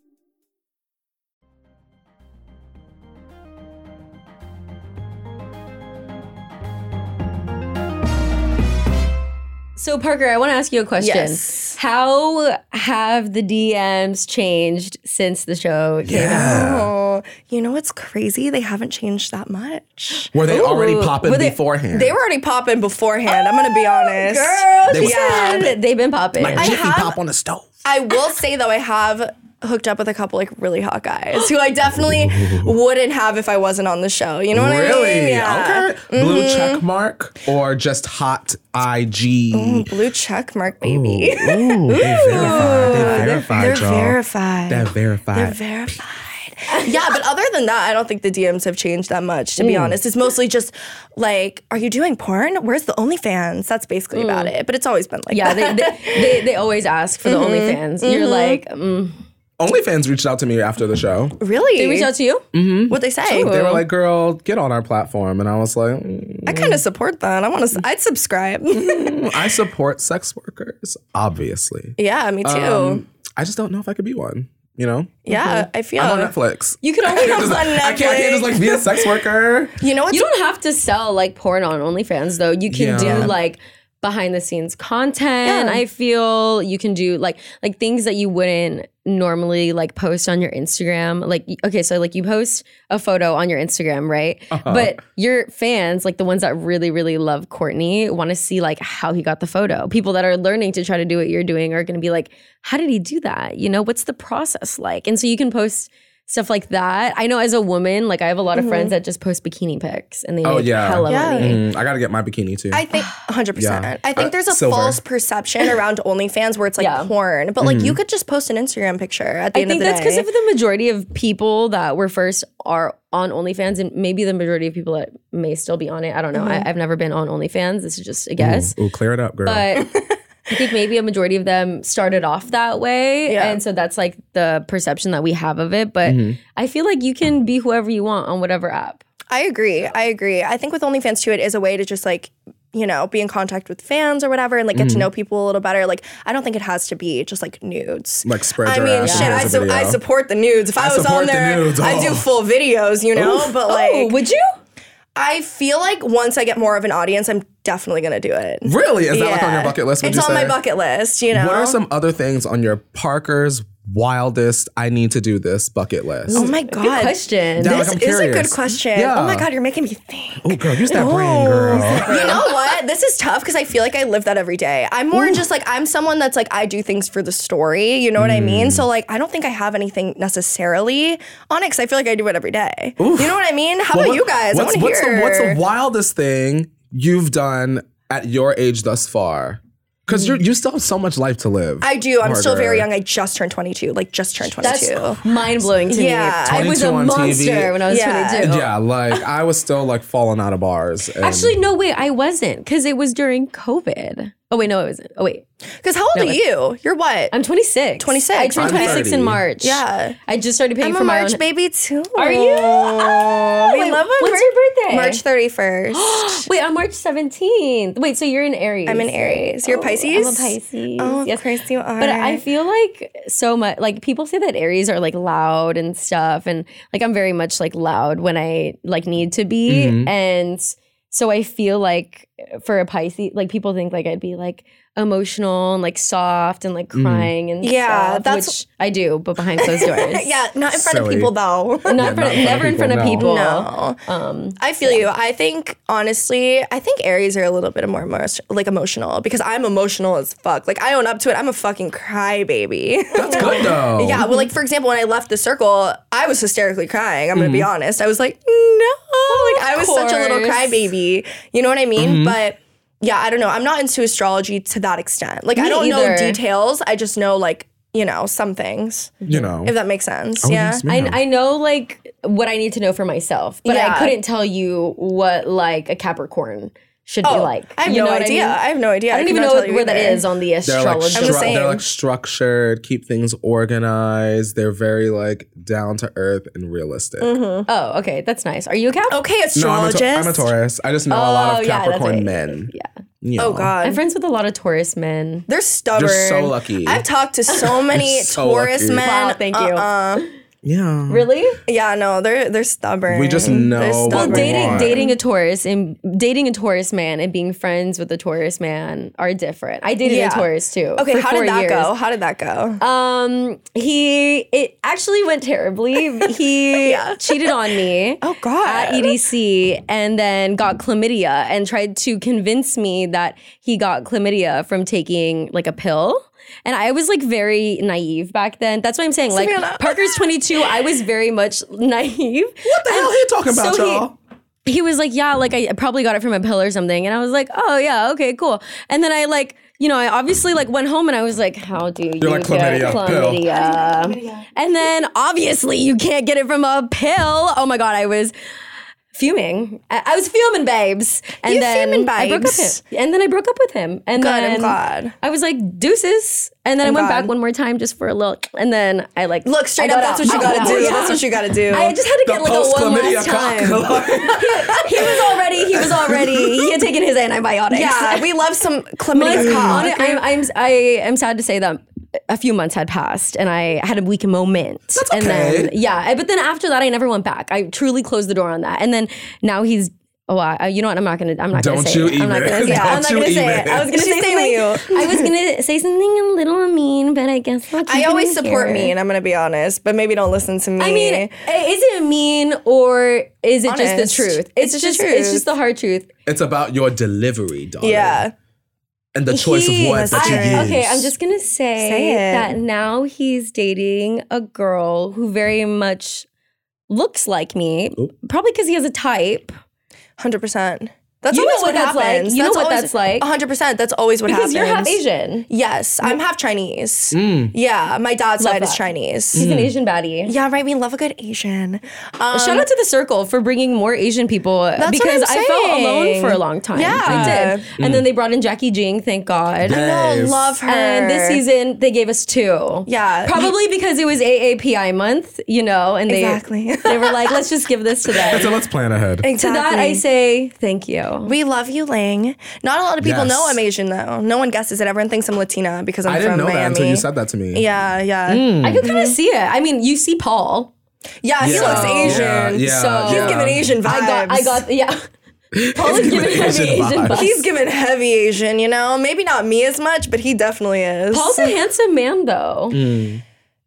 Speaker 2: So Parker, I want to ask you a question.
Speaker 5: Yes.
Speaker 2: How have the DMs changed since the show came out?
Speaker 5: Oh, you know what's crazy? They haven't changed that much.
Speaker 6: Were they already popping
Speaker 2: Were they-
Speaker 6: beforehand?
Speaker 5: They were already popping beforehand. I'm gonna be Oh, honest.
Speaker 2: Girl,
Speaker 6: They
Speaker 2: she
Speaker 6: were-
Speaker 2: said they've been popping.
Speaker 6: like Jiffy Pop on the stove.
Speaker 5: I will say though, I have hooked up with a couple like really hot guys who I definitely wouldn't have if I wasn't on the show. You know what I mean?
Speaker 6: Really?
Speaker 5: Yeah. Mm-hmm.
Speaker 6: Okay. Blue check mark or just hot IG?
Speaker 5: Blue check mark, baby.
Speaker 6: Ooh, they verified. They verified.
Speaker 5: They're
Speaker 6: y'all.
Speaker 5: verified.
Speaker 6: They're verified.
Speaker 5: They're verified. yeah, but other than that, I don't think the DMs have changed that much, to be
Speaker 6: Mm.
Speaker 5: honest. It's mostly just like, are you doing porn? Where's the OnlyFans? That's basically about it. But it's always been like
Speaker 2: Mm. yeah,
Speaker 5: that.
Speaker 2: they, they, they, they always ask for the OnlyFans. You're like, mm.
Speaker 6: OnlyFans reached out to me after the show.
Speaker 5: really?
Speaker 2: they reach out to you?
Speaker 5: What'd they say?
Speaker 6: They were like, "Girl, get on our platform," and I was like, mm,
Speaker 5: I kind of support that. I want to. I'd subscribe.
Speaker 6: "I support sex workers, obviously.
Speaker 5: yeah, me too.
Speaker 6: Um, I just don't know if I could be one. You know,
Speaker 5: yeah, I feel.
Speaker 6: I'm on Netflix.
Speaker 2: You could only
Speaker 6: I can't just-
Speaker 5: on
Speaker 6: I can't, I can't just like be a sex worker.
Speaker 5: you know what's
Speaker 2: You don't have to sell like porn on OnlyFans though. You can
Speaker 6: Yeah.
Speaker 2: do like behind the scenes content. I feel you can do like like things that you wouldn't normally like post on your Instagram. Like y- okay, so like you post a photo on your Instagram, right?
Speaker 6: Uh-huh.
Speaker 2: But your fans, like the ones that really really love Courtney, want to see like how he got the photo. People that are learning to try to do what you're doing are going to be like, how did he do that? You know, what's the process like? And so you can post stuff like that. I know as a woman, like I have a lot of friends that just post bikini pics and they
Speaker 6: Mm-hmm. Oh,
Speaker 2: make
Speaker 6: yeah.
Speaker 2: hella
Speaker 5: Yeah.
Speaker 2: money.
Speaker 6: Mm, I got to get my bikini too.
Speaker 5: I think 100%.
Speaker 6: Yeah.
Speaker 5: I
Speaker 6: Uh,
Speaker 5: think there's a
Speaker 6: silver.
Speaker 5: false perception around OnlyFans where it's like
Speaker 2: Yeah.
Speaker 5: porn, but like
Speaker 6: Mm-hmm.
Speaker 5: you could just post an Instagram picture at the
Speaker 2: I
Speaker 5: end
Speaker 2: think
Speaker 5: of the
Speaker 2: that's because
Speaker 5: day.
Speaker 2: of the majority of people that were first are on OnlyFans, and maybe the majority of people that may still be on it. I don't know.
Speaker 5: Mm-hmm.
Speaker 2: I, I've never been on OnlyFans. This is just a
Speaker 5: Mm.
Speaker 2: guess.
Speaker 6: Ooh, clear it up, girl.
Speaker 2: But I think maybe a majority of them started off that way.
Speaker 5: Yeah. Mm-hmm.
Speaker 2: And so that's like the perception that we have of it. But I feel like you can be whoever you want on whatever app.
Speaker 5: I agree. I agree. I think with OnlyFans too, it is a way to just like, you know, be in contact with fans or whatever and like get to
Speaker 6: Mm-hmm.
Speaker 5: know people a little better. Like, I don't think it has to be just like nudes.
Speaker 6: like spread
Speaker 5: I
Speaker 6: your
Speaker 5: mean,
Speaker 6: ass.
Speaker 5: shit,
Speaker 6: and
Speaker 5: I,
Speaker 6: here's a
Speaker 5: su- I
Speaker 6: video.
Speaker 5: support the nudes. If I, was
Speaker 6: support
Speaker 5: on
Speaker 6: the
Speaker 5: there,
Speaker 6: nudes.
Speaker 5: I do
Speaker 6: Oh.
Speaker 5: full videos, you know? But like,
Speaker 2: oh, would you?
Speaker 5: I feel like once I get more of an audience, I'm definitely going to do it.
Speaker 6: Really? Is that like on
Speaker 5: Yeah.
Speaker 6: your bucket list?
Speaker 5: It's
Speaker 6: would you
Speaker 5: on
Speaker 6: say?
Speaker 5: my bucket list, you know?
Speaker 6: What are some other things on your Parker's wildest I need to do this bucket list?
Speaker 5: Oh my God.
Speaker 2: Question.
Speaker 6: Yeah,
Speaker 5: This
Speaker 6: like, I'm
Speaker 5: is a good
Speaker 6: curious.
Speaker 5: question.
Speaker 6: Yeah.
Speaker 5: Oh my god, you're making me think.
Speaker 6: Oh, girl, use that brain, girl.
Speaker 5: You know what? This is tough because I feel like I live that every day. I'm more just like I'm someone that's like I do things for the story. You know what I mean? So like I don't think I have anything necessarily on it 'cause I feel like I do it every day. You know what I mean? How
Speaker 6: Well,
Speaker 5: about
Speaker 6: what-
Speaker 5: you guys?
Speaker 6: What's,
Speaker 5: I want
Speaker 6: what's
Speaker 5: to hear.
Speaker 6: the what's the wildest thing you've done at your age thus far? Because you you still have so much life to live.
Speaker 5: I do. I'm still very young.
Speaker 6: Parker.
Speaker 5: I just turned 22. Like just turned 22.
Speaker 2: That's oh. mind blowing to
Speaker 5: Yeah.
Speaker 2: me. I was a
Speaker 6: 22 on TV.
Speaker 2: monster when I was
Speaker 5: Yeah.
Speaker 2: 22.
Speaker 6: Yeah, like I was still like falling out of bars. and-
Speaker 2: Actually, no, wait, I wasn't because it was during COVID. Oh, wait, no, it wasn't. Oh, wait.
Speaker 5: Because how old are you? You're what?
Speaker 2: I'm 26.
Speaker 5: 26.
Speaker 2: I turned
Speaker 5: I'm
Speaker 2: 26 in
Speaker 6: 30.
Speaker 2: March.
Speaker 5: Yeah.
Speaker 2: I just started paying
Speaker 5: I'm
Speaker 2: for
Speaker 5: a
Speaker 2: my
Speaker 5: March
Speaker 2: own.
Speaker 5: baby too.
Speaker 2: Are you? Oh,
Speaker 5: we
Speaker 2: wait,
Speaker 5: love a
Speaker 2: what's
Speaker 5: Mar-
Speaker 2: your birthday?
Speaker 5: March 31st.
Speaker 2: Wait, I'm March 17th. Wait, so you're in Aries.
Speaker 5: I'm an Aries. You're
Speaker 2: Oh,
Speaker 5: Pisces?
Speaker 2: I'm a Pisces.
Speaker 5: Oh, of
Speaker 2: yes.
Speaker 5: course you are.
Speaker 2: But I feel like so much like people say that Aries are like loud and stuff and like I'm very much like loud when I like need to be
Speaker 6: Mhm.
Speaker 2: and so I feel like for a Pisces like people think like I'd be like emotional and like soft and like
Speaker 6: Mhm.
Speaker 2: crying and
Speaker 5: Yeah,
Speaker 2: stuff,
Speaker 5: that's-
Speaker 2: which I do but behind closed doors.
Speaker 5: yeah, not in front of
Speaker 6: Silly.
Speaker 5: people though.
Speaker 2: Not
Speaker 6: Yeah,
Speaker 2: in front,
Speaker 6: not in front of
Speaker 2: never in
Speaker 6: people,
Speaker 2: front of
Speaker 6: no.
Speaker 2: people.
Speaker 5: No.
Speaker 2: Um
Speaker 5: I feel you. I think honestly, I think Aries are a little bit more emo- like emotional because I'm emotional as fuck. Like I own up to it. I'm a fucking crybaby.
Speaker 6: that's good though.
Speaker 5: yeah. Well, like for example, when I left the circle, I was hysterically crying. I'm gonna be honest. I was like, no. Like I was such a little
Speaker 2: course.
Speaker 5: crybaby. You know what I mean? But yeah, I don't know. I'm not into astrology to that extent. Like
Speaker 2: Me
Speaker 5: I don't
Speaker 2: either.
Speaker 5: know details. I just know like you know some things.
Speaker 6: you know.
Speaker 5: If that makes sense.
Speaker 6: Oh,
Speaker 5: yeah.
Speaker 6: yes, ma'am.
Speaker 2: I, I know like what I need to know for myself, but I
Speaker 5: Yeah.
Speaker 2: couldn't tell you what like a Capricorn should be
Speaker 5: Oh,
Speaker 2: like.
Speaker 5: I have
Speaker 2: You know
Speaker 5: no
Speaker 2: what
Speaker 5: idea.
Speaker 2: mean?
Speaker 5: I have no idea.
Speaker 2: I don't
Speaker 5: I
Speaker 2: even
Speaker 5: cannot
Speaker 2: know
Speaker 5: tell you
Speaker 2: where that
Speaker 5: either.
Speaker 2: is on the
Speaker 6: they're like
Speaker 2: astrology.
Speaker 5: I'm the
Speaker 6: stru-
Speaker 5: same.
Speaker 6: they're like structured, keep things organized. They're very like down to earth and realistic.
Speaker 2: oh, okay, that's nice. Are you a Cap?
Speaker 5: Okay,
Speaker 6: No, I'm a,
Speaker 5: astrologist.
Speaker 6: Tau- I'm a Taurus. I just know a lot
Speaker 2: Oh,
Speaker 6: of
Speaker 2: yeah, that's
Speaker 6: Capricorn
Speaker 2: right.
Speaker 6: men.
Speaker 2: Yeah,
Speaker 6: You
Speaker 5: Oh
Speaker 6: know.
Speaker 5: God,
Speaker 2: I'm friends with a lot of Taurus men.
Speaker 5: they're stubborn.
Speaker 6: You're so lucky.
Speaker 5: I've talked to so many
Speaker 6: You're so
Speaker 5: Taurus
Speaker 6: lucky.
Speaker 5: men.
Speaker 2: Wow, thank you.
Speaker 5: Uh-uh.
Speaker 6: Yeah.
Speaker 2: Really?
Speaker 5: Yeah, no, they're they're stubborn.
Speaker 6: We just know
Speaker 5: They're
Speaker 6: what we
Speaker 5: stubborn.
Speaker 6: Well,
Speaker 2: Dating
Speaker 6: Why?
Speaker 2: dating a Taurus and dating a Taurus man and being friends with a Taurus man are different. I dated
Speaker 5: Yeah.
Speaker 2: a Taurus too.
Speaker 5: Okay,
Speaker 2: for
Speaker 5: how
Speaker 2: four
Speaker 5: did that
Speaker 2: years.
Speaker 5: go? How did that go?
Speaker 2: Um, he it actually went terribly. He cheated on me.
Speaker 5: Oh, God.
Speaker 2: At EDC, and then got chlamydia, and tried to convince me that he got chlamydia from taking like a pill. And I was like very naive back then. That's what I'm saying. Like
Speaker 5: Savannah.
Speaker 2: Parker's 22. I was very much naive.
Speaker 6: What the hell are you talking about,
Speaker 2: so he-
Speaker 6: y'all?
Speaker 2: He was like, "Yeah, like I probably got it from a pill or something." And I was like, "Oh yeah, okay, cool." And then I like. You know, I obviously like went home and I was like, "How do you
Speaker 6: like,
Speaker 2: get
Speaker 6: "Chlamydia, pill."
Speaker 2: chlamydia?" And then obviously you can't get it from a pill. Oh my god, I was fuming. I, I was fuming, babes. And
Speaker 5: You
Speaker 2: then
Speaker 5: fuming,
Speaker 2: I broke up
Speaker 5: babes.
Speaker 2: with him. And then I broke up with him. And
Speaker 5: Good, I'm
Speaker 2: then
Speaker 5: glad.
Speaker 2: I was like deuces. And then i
Speaker 5: I'm
Speaker 2: went
Speaker 5: glad.
Speaker 2: back one more time just for a little. And then I like
Speaker 5: Look straight
Speaker 2: I
Speaker 5: up.
Speaker 2: got
Speaker 5: That's
Speaker 2: out.
Speaker 5: what you
Speaker 2: I
Speaker 5: gotta
Speaker 2: got
Speaker 5: do.
Speaker 2: out.
Speaker 5: That's what you gotta do.
Speaker 2: I just had to get like a one
Speaker 6: Post-chlamydia
Speaker 2: last time.
Speaker 6: cock.
Speaker 2: he was already. He was already. He had taken his antibiotics.
Speaker 5: yeah, we love some
Speaker 2: Months-
Speaker 5: chlamydia cock.
Speaker 2: hon- I'm, I'm, I am sad to say that a few months had passed and I had a weak moment. That's And then,
Speaker 6: okay.
Speaker 2: yeah, I- but then after that, I never went back. I truly closed the door on that. And then now he's. Oh, I, I- you know what? I'm not gonna. I'm not gonna
Speaker 6: Don't
Speaker 2: say.
Speaker 6: you
Speaker 2: it. I'm not
Speaker 6: even.
Speaker 2: gonna say. it.
Speaker 6: Don't
Speaker 2: I'm not
Speaker 6: you
Speaker 2: gonna say it.
Speaker 6: even.
Speaker 2: I was gonna
Speaker 5: She's
Speaker 2: say
Speaker 5: saving
Speaker 2: something. I was gonna say something a little mean, but I guess I'll keep
Speaker 5: I
Speaker 2: it
Speaker 5: always
Speaker 2: in
Speaker 5: support
Speaker 2: here.
Speaker 5: me, and I'm gonna be honest, but maybe don't listen to me.
Speaker 2: I mean, i- is it mean or is it just
Speaker 5: Honest.
Speaker 2: the truth? It's,
Speaker 5: It's the
Speaker 2: just it's
Speaker 5: truth.
Speaker 2: just the hard truth.
Speaker 6: It's about your delivery, darling.
Speaker 5: yeah.
Speaker 6: And the choice
Speaker 5: He-
Speaker 6: of words that you
Speaker 5: I-
Speaker 6: use.
Speaker 2: Okay, I'm just gonna say,
Speaker 5: Say it.
Speaker 2: that now he's dating a girl who very much looks like me,
Speaker 6: Oop.
Speaker 2: probably because he has a type.
Speaker 5: Hundred percent. That's
Speaker 2: You know
Speaker 5: always
Speaker 2: what
Speaker 5: what,
Speaker 2: that's like.
Speaker 5: happens.
Speaker 2: You know what that's like.
Speaker 5: Hundred percent. That's always what
Speaker 2: because
Speaker 5: happens.
Speaker 2: you're half Asian,
Speaker 5: Yes, I'm half Chinese.
Speaker 6: Mm.
Speaker 5: Yeah, my dad's
Speaker 2: Love
Speaker 5: side is
Speaker 2: that. Mm-hmm.
Speaker 5: Chinese.
Speaker 2: he's an
Speaker 6: Hmm.
Speaker 2: Asian baddie.
Speaker 5: Yeah, right. We love a good Asian. Um,
Speaker 2: Shout out to the circle for bringing more Asian people uh,
Speaker 5: what
Speaker 2: because
Speaker 5: I'm
Speaker 2: I felt alone
Speaker 5: saying.
Speaker 2: for a long time. I
Speaker 5: Yeah.
Speaker 2: did,
Speaker 6: Hmm.
Speaker 2: and then they brought in Jackie Jing. Thank God.
Speaker 5: I know,
Speaker 6: Yes.
Speaker 5: love her.
Speaker 2: And this season they gave us two.
Speaker 5: Yeah.
Speaker 2: Probably because it was AAPI month, you know, and they
Speaker 5: Exactly.
Speaker 2: they were like, let's just give this to them.
Speaker 6: so let's plan ahead.
Speaker 2: To
Speaker 5: exactly.
Speaker 2: that I say thank you.
Speaker 5: we love you, Ling. Not a lot of people
Speaker 6: Yes.
Speaker 5: know I'm Asian though. No one guesses it. Everyone thinks I'm Latina because I'm
Speaker 6: I didn't
Speaker 5: from
Speaker 6: know
Speaker 5: Miami.
Speaker 6: that until you said that to me.
Speaker 5: yeah, yeah,
Speaker 2: I can kind of see it. I mean, you see Paul.
Speaker 5: yeah. He
Speaker 6: Yeah.
Speaker 5: looks Asian.
Speaker 6: Yeah, yeah,
Speaker 5: so he's
Speaker 6: yeah.
Speaker 5: giving Asian vibes.
Speaker 2: I got, I got, yeah. Paul is giving
Speaker 6: giving
Speaker 2: heavy
Speaker 6: Asian
Speaker 2: Asian
Speaker 6: vibes.
Speaker 2: vibes.
Speaker 5: He's giving heavy Asian. You know, maybe not me as much, but he definitely is.
Speaker 2: Paul's a handsome man, though.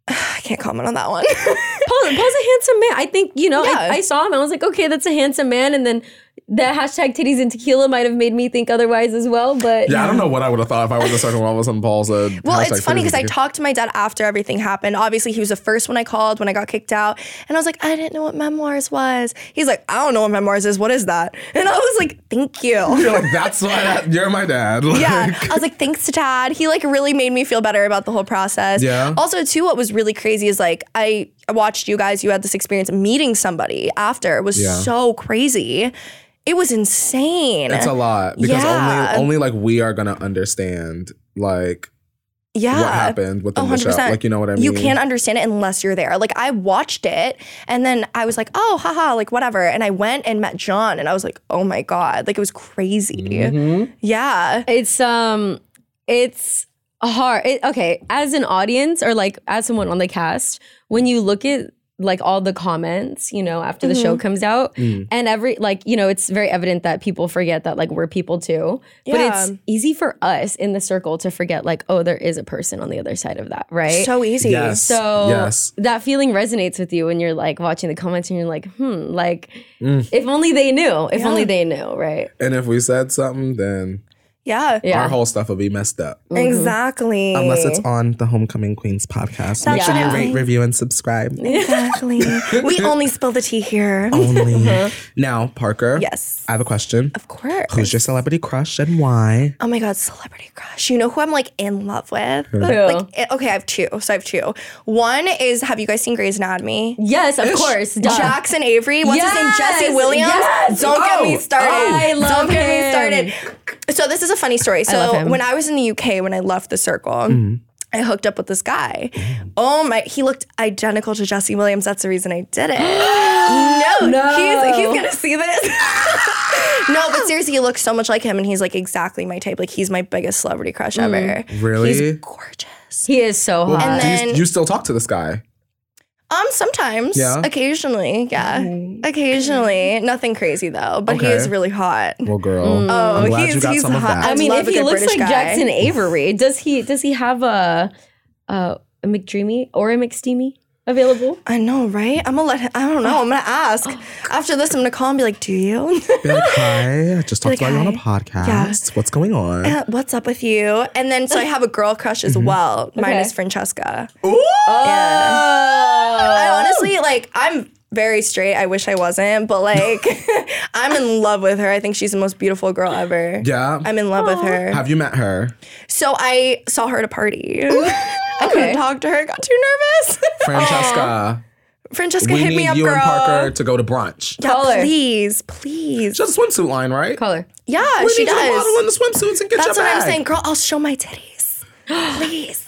Speaker 5: I can't comment on that one.
Speaker 2: Paul, Paul's a handsome man. I think you know.
Speaker 5: Yeah.
Speaker 2: I, I saw him. I was like, okay, that's a handsome man. And then the hashtag titties and tequila might have made me think otherwise as well. But
Speaker 6: Yeah, I don't know what I would have thought if I was a certain one with some balls. Well,
Speaker 5: Well, it's funny because I talked to my dad after everything happened. Obviously, he was the first one I called when I got kicked out. And I was like, I didn't know what memoirs was. He's like, I don't know what memoirs is. What is that? And I was like, thank you.
Speaker 6: You're like, that's why I- you're my dad. Like,
Speaker 5: Yeah. I was like, thanks to Dad. He like really made me feel better about the whole process.
Speaker 6: Yeah.
Speaker 5: Also, too, what was really crazy is like I watched you guys, you had this experience meeting somebody after. It was
Speaker 6: Yeah.
Speaker 5: so crazy. It was insane.
Speaker 6: It's a lot because
Speaker 5: Yeah.
Speaker 6: only only like we are gonna understand like
Speaker 5: yeah.
Speaker 6: what happened within the show.
Speaker 5: 100%.
Speaker 6: Like you know what I mean?
Speaker 5: You can't understand it unless you're there. Like I watched it and then I was like, oh, haha, like whatever. And I went and met John and I was like, oh my God. Like it was crazy.
Speaker 6: Mm-hmm.
Speaker 5: Yeah.
Speaker 2: it's um it's hard it, okay as an audience or like as someone on the cast when you look at like all the comments you know after the
Speaker 5: Mm-hmm.
Speaker 2: show comes out
Speaker 6: Mm.
Speaker 2: and every like you know it's very evident that people forget that like we're people too but it's
Speaker 5: Yeah.
Speaker 2: easy for us in the circle to forget like oh there is a person on the other side of that right
Speaker 5: So easy.
Speaker 6: Yes.
Speaker 2: so
Speaker 6: yes.
Speaker 2: that feeling resonates with you when you're like watching the comments and you're like hmm like
Speaker 6: Mm.
Speaker 2: if only they knew if only they knew right
Speaker 6: And if we said something, then
Speaker 5: Yeah.
Speaker 2: Yeah.
Speaker 6: our whole stuff will be messed up.
Speaker 5: Exactly.
Speaker 6: Mm-hmm. Unless it's on the Homecoming Queens podcast. Make sure you rate, review, and subscribe.
Speaker 5: Exactly. we only spill the tea here.
Speaker 6: Oh. Only. now, Parker.
Speaker 5: Uh-huh. Yes.
Speaker 6: I have a question.
Speaker 5: Of course.
Speaker 6: Who's your celebrity crush and why?
Speaker 5: Oh my god, celebrity crush. You know who I'm like in love with? Like eh, okay, I have two. So I have two. One is have you guys seen Grey's Anatomy?
Speaker 2: yes of course duh.
Speaker 5: Jackson Avery. What's his name?
Speaker 2: Oh. Yes!
Speaker 5: Jesse Williams.
Speaker 2: Yes!
Speaker 5: Don't get me
Speaker 2: Oh!
Speaker 5: started.
Speaker 2: Oh! I love
Speaker 5: Don't get
Speaker 2: him.
Speaker 5: me started. So this is a funny story.
Speaker 2: love
Speaker 5: So
Speaker 2: him. Mm-hmm.
Speaker 5: when I was in the UK, when I left the circle. I hooked up with this guy. Oh my, he looked identical to Jesse Williams. That's the reason I did it. no,
Speaker 2: No.
Speaker 5: He's, he's gonna see this. no, but seriously, he looks so much like him and he's like exactly my type. Like he's my biggest celebrity crush ever.
Speaker 2: Mm.
Speaker 6: Really?
Speaker 5: He's gorgeous.
Speaker 2: He is so hot.
Speaker 5: And
Speaker 6: Do you-
Speaker 5: then-
Speaker 6: you, still talk to this guy.
Speaker 5: Um, sometimes.
Speaker 6: Yeah?
Speaker 5: Occasionally, yeah.
Speaker 2: Mm.
Speaker 5: Occasionally. Nothing crazy though, but he
Speaker 6: Okay.
Speaker 5: is really hot.
Speaker 6: Well, girl.
Speaker 5: Oh,
Speaker 6: I'm glad
Speaker 5: he's-
Speaker 6: you got
Speaker 5: he's
Speaker 6: some of
Speaker 5: hot.
Speaker 6: that.
Speaker 2: I mean, if
Speaker 5: love a
Speaker 2: he
Speaker 5: good
Speaker 2: looks
Speaker 5: British
Speaker 2: like
Speaker 5: guy.
Speaker 2: Jackson Avery, does he does he have a a, a McDreamy or a McSteamy available?
Speaker 5: I know, right? I'm gonna let him, I don't know. I'm gonna ask.
Speaker 2: Oh,
Speaker 5: After this, I'm gonna call and be like, Do you?
Speaker 6: Be like, hi, I just talked
Speaker 5: Be like,
Speaker 6: about you on a
Speaker 5: "Hi."
Speaker 6: podcast.
Speaker 5: Yeah.
Speaker 6: What's going on?
Speaker 5: Uh, What's up with you? And then, so I have a girl crush as
Speaker 6: Mm-hmm.
Speaker 5: well. Mine
Speaker 2: Okay.
Speaker 5: is Francesca.
Speaker 2: Oh,
Speaker 5: I honestly, like, I'm very straight. I wish I wasn't, but like, I'm in love with her. I think she's the most beautiful girl ever.
Speaker 6: yeah.
Speaker 5: I'm in love with her.
Speaker 6: Have you met her?
Speaker 5: So I saw her at a party. I couldn't talk to her. Got too nervous.
Speaker 6: Francesca,
Speaker 5: Francesca,
Speaker 6: we
Speaker 5: hit
Speaker 6: need
Speaker 5: me up,
Speaker 6: you
Speaker 5: girl.
Speaker 6: and Parker to go to brunch.
Speaker 5: Yeah,
Speaker 2: Call her.
Speaker 5: please, please.
Speaker 6: Just swimsuit line, right?
Speaker 2: color.
Speaker 5: yeah,
Speaker 6: we
Speaker 5: she
Speaker 6: need you to model in
Speaker 5: does.
Speaker 6: the swimsuits and get
Speaker 5: That's
Speaker 6: your
Speaker 5: what
Speaker 6: bag.
Speaker 5: I'm saying, girl. I'll show my titties. Please.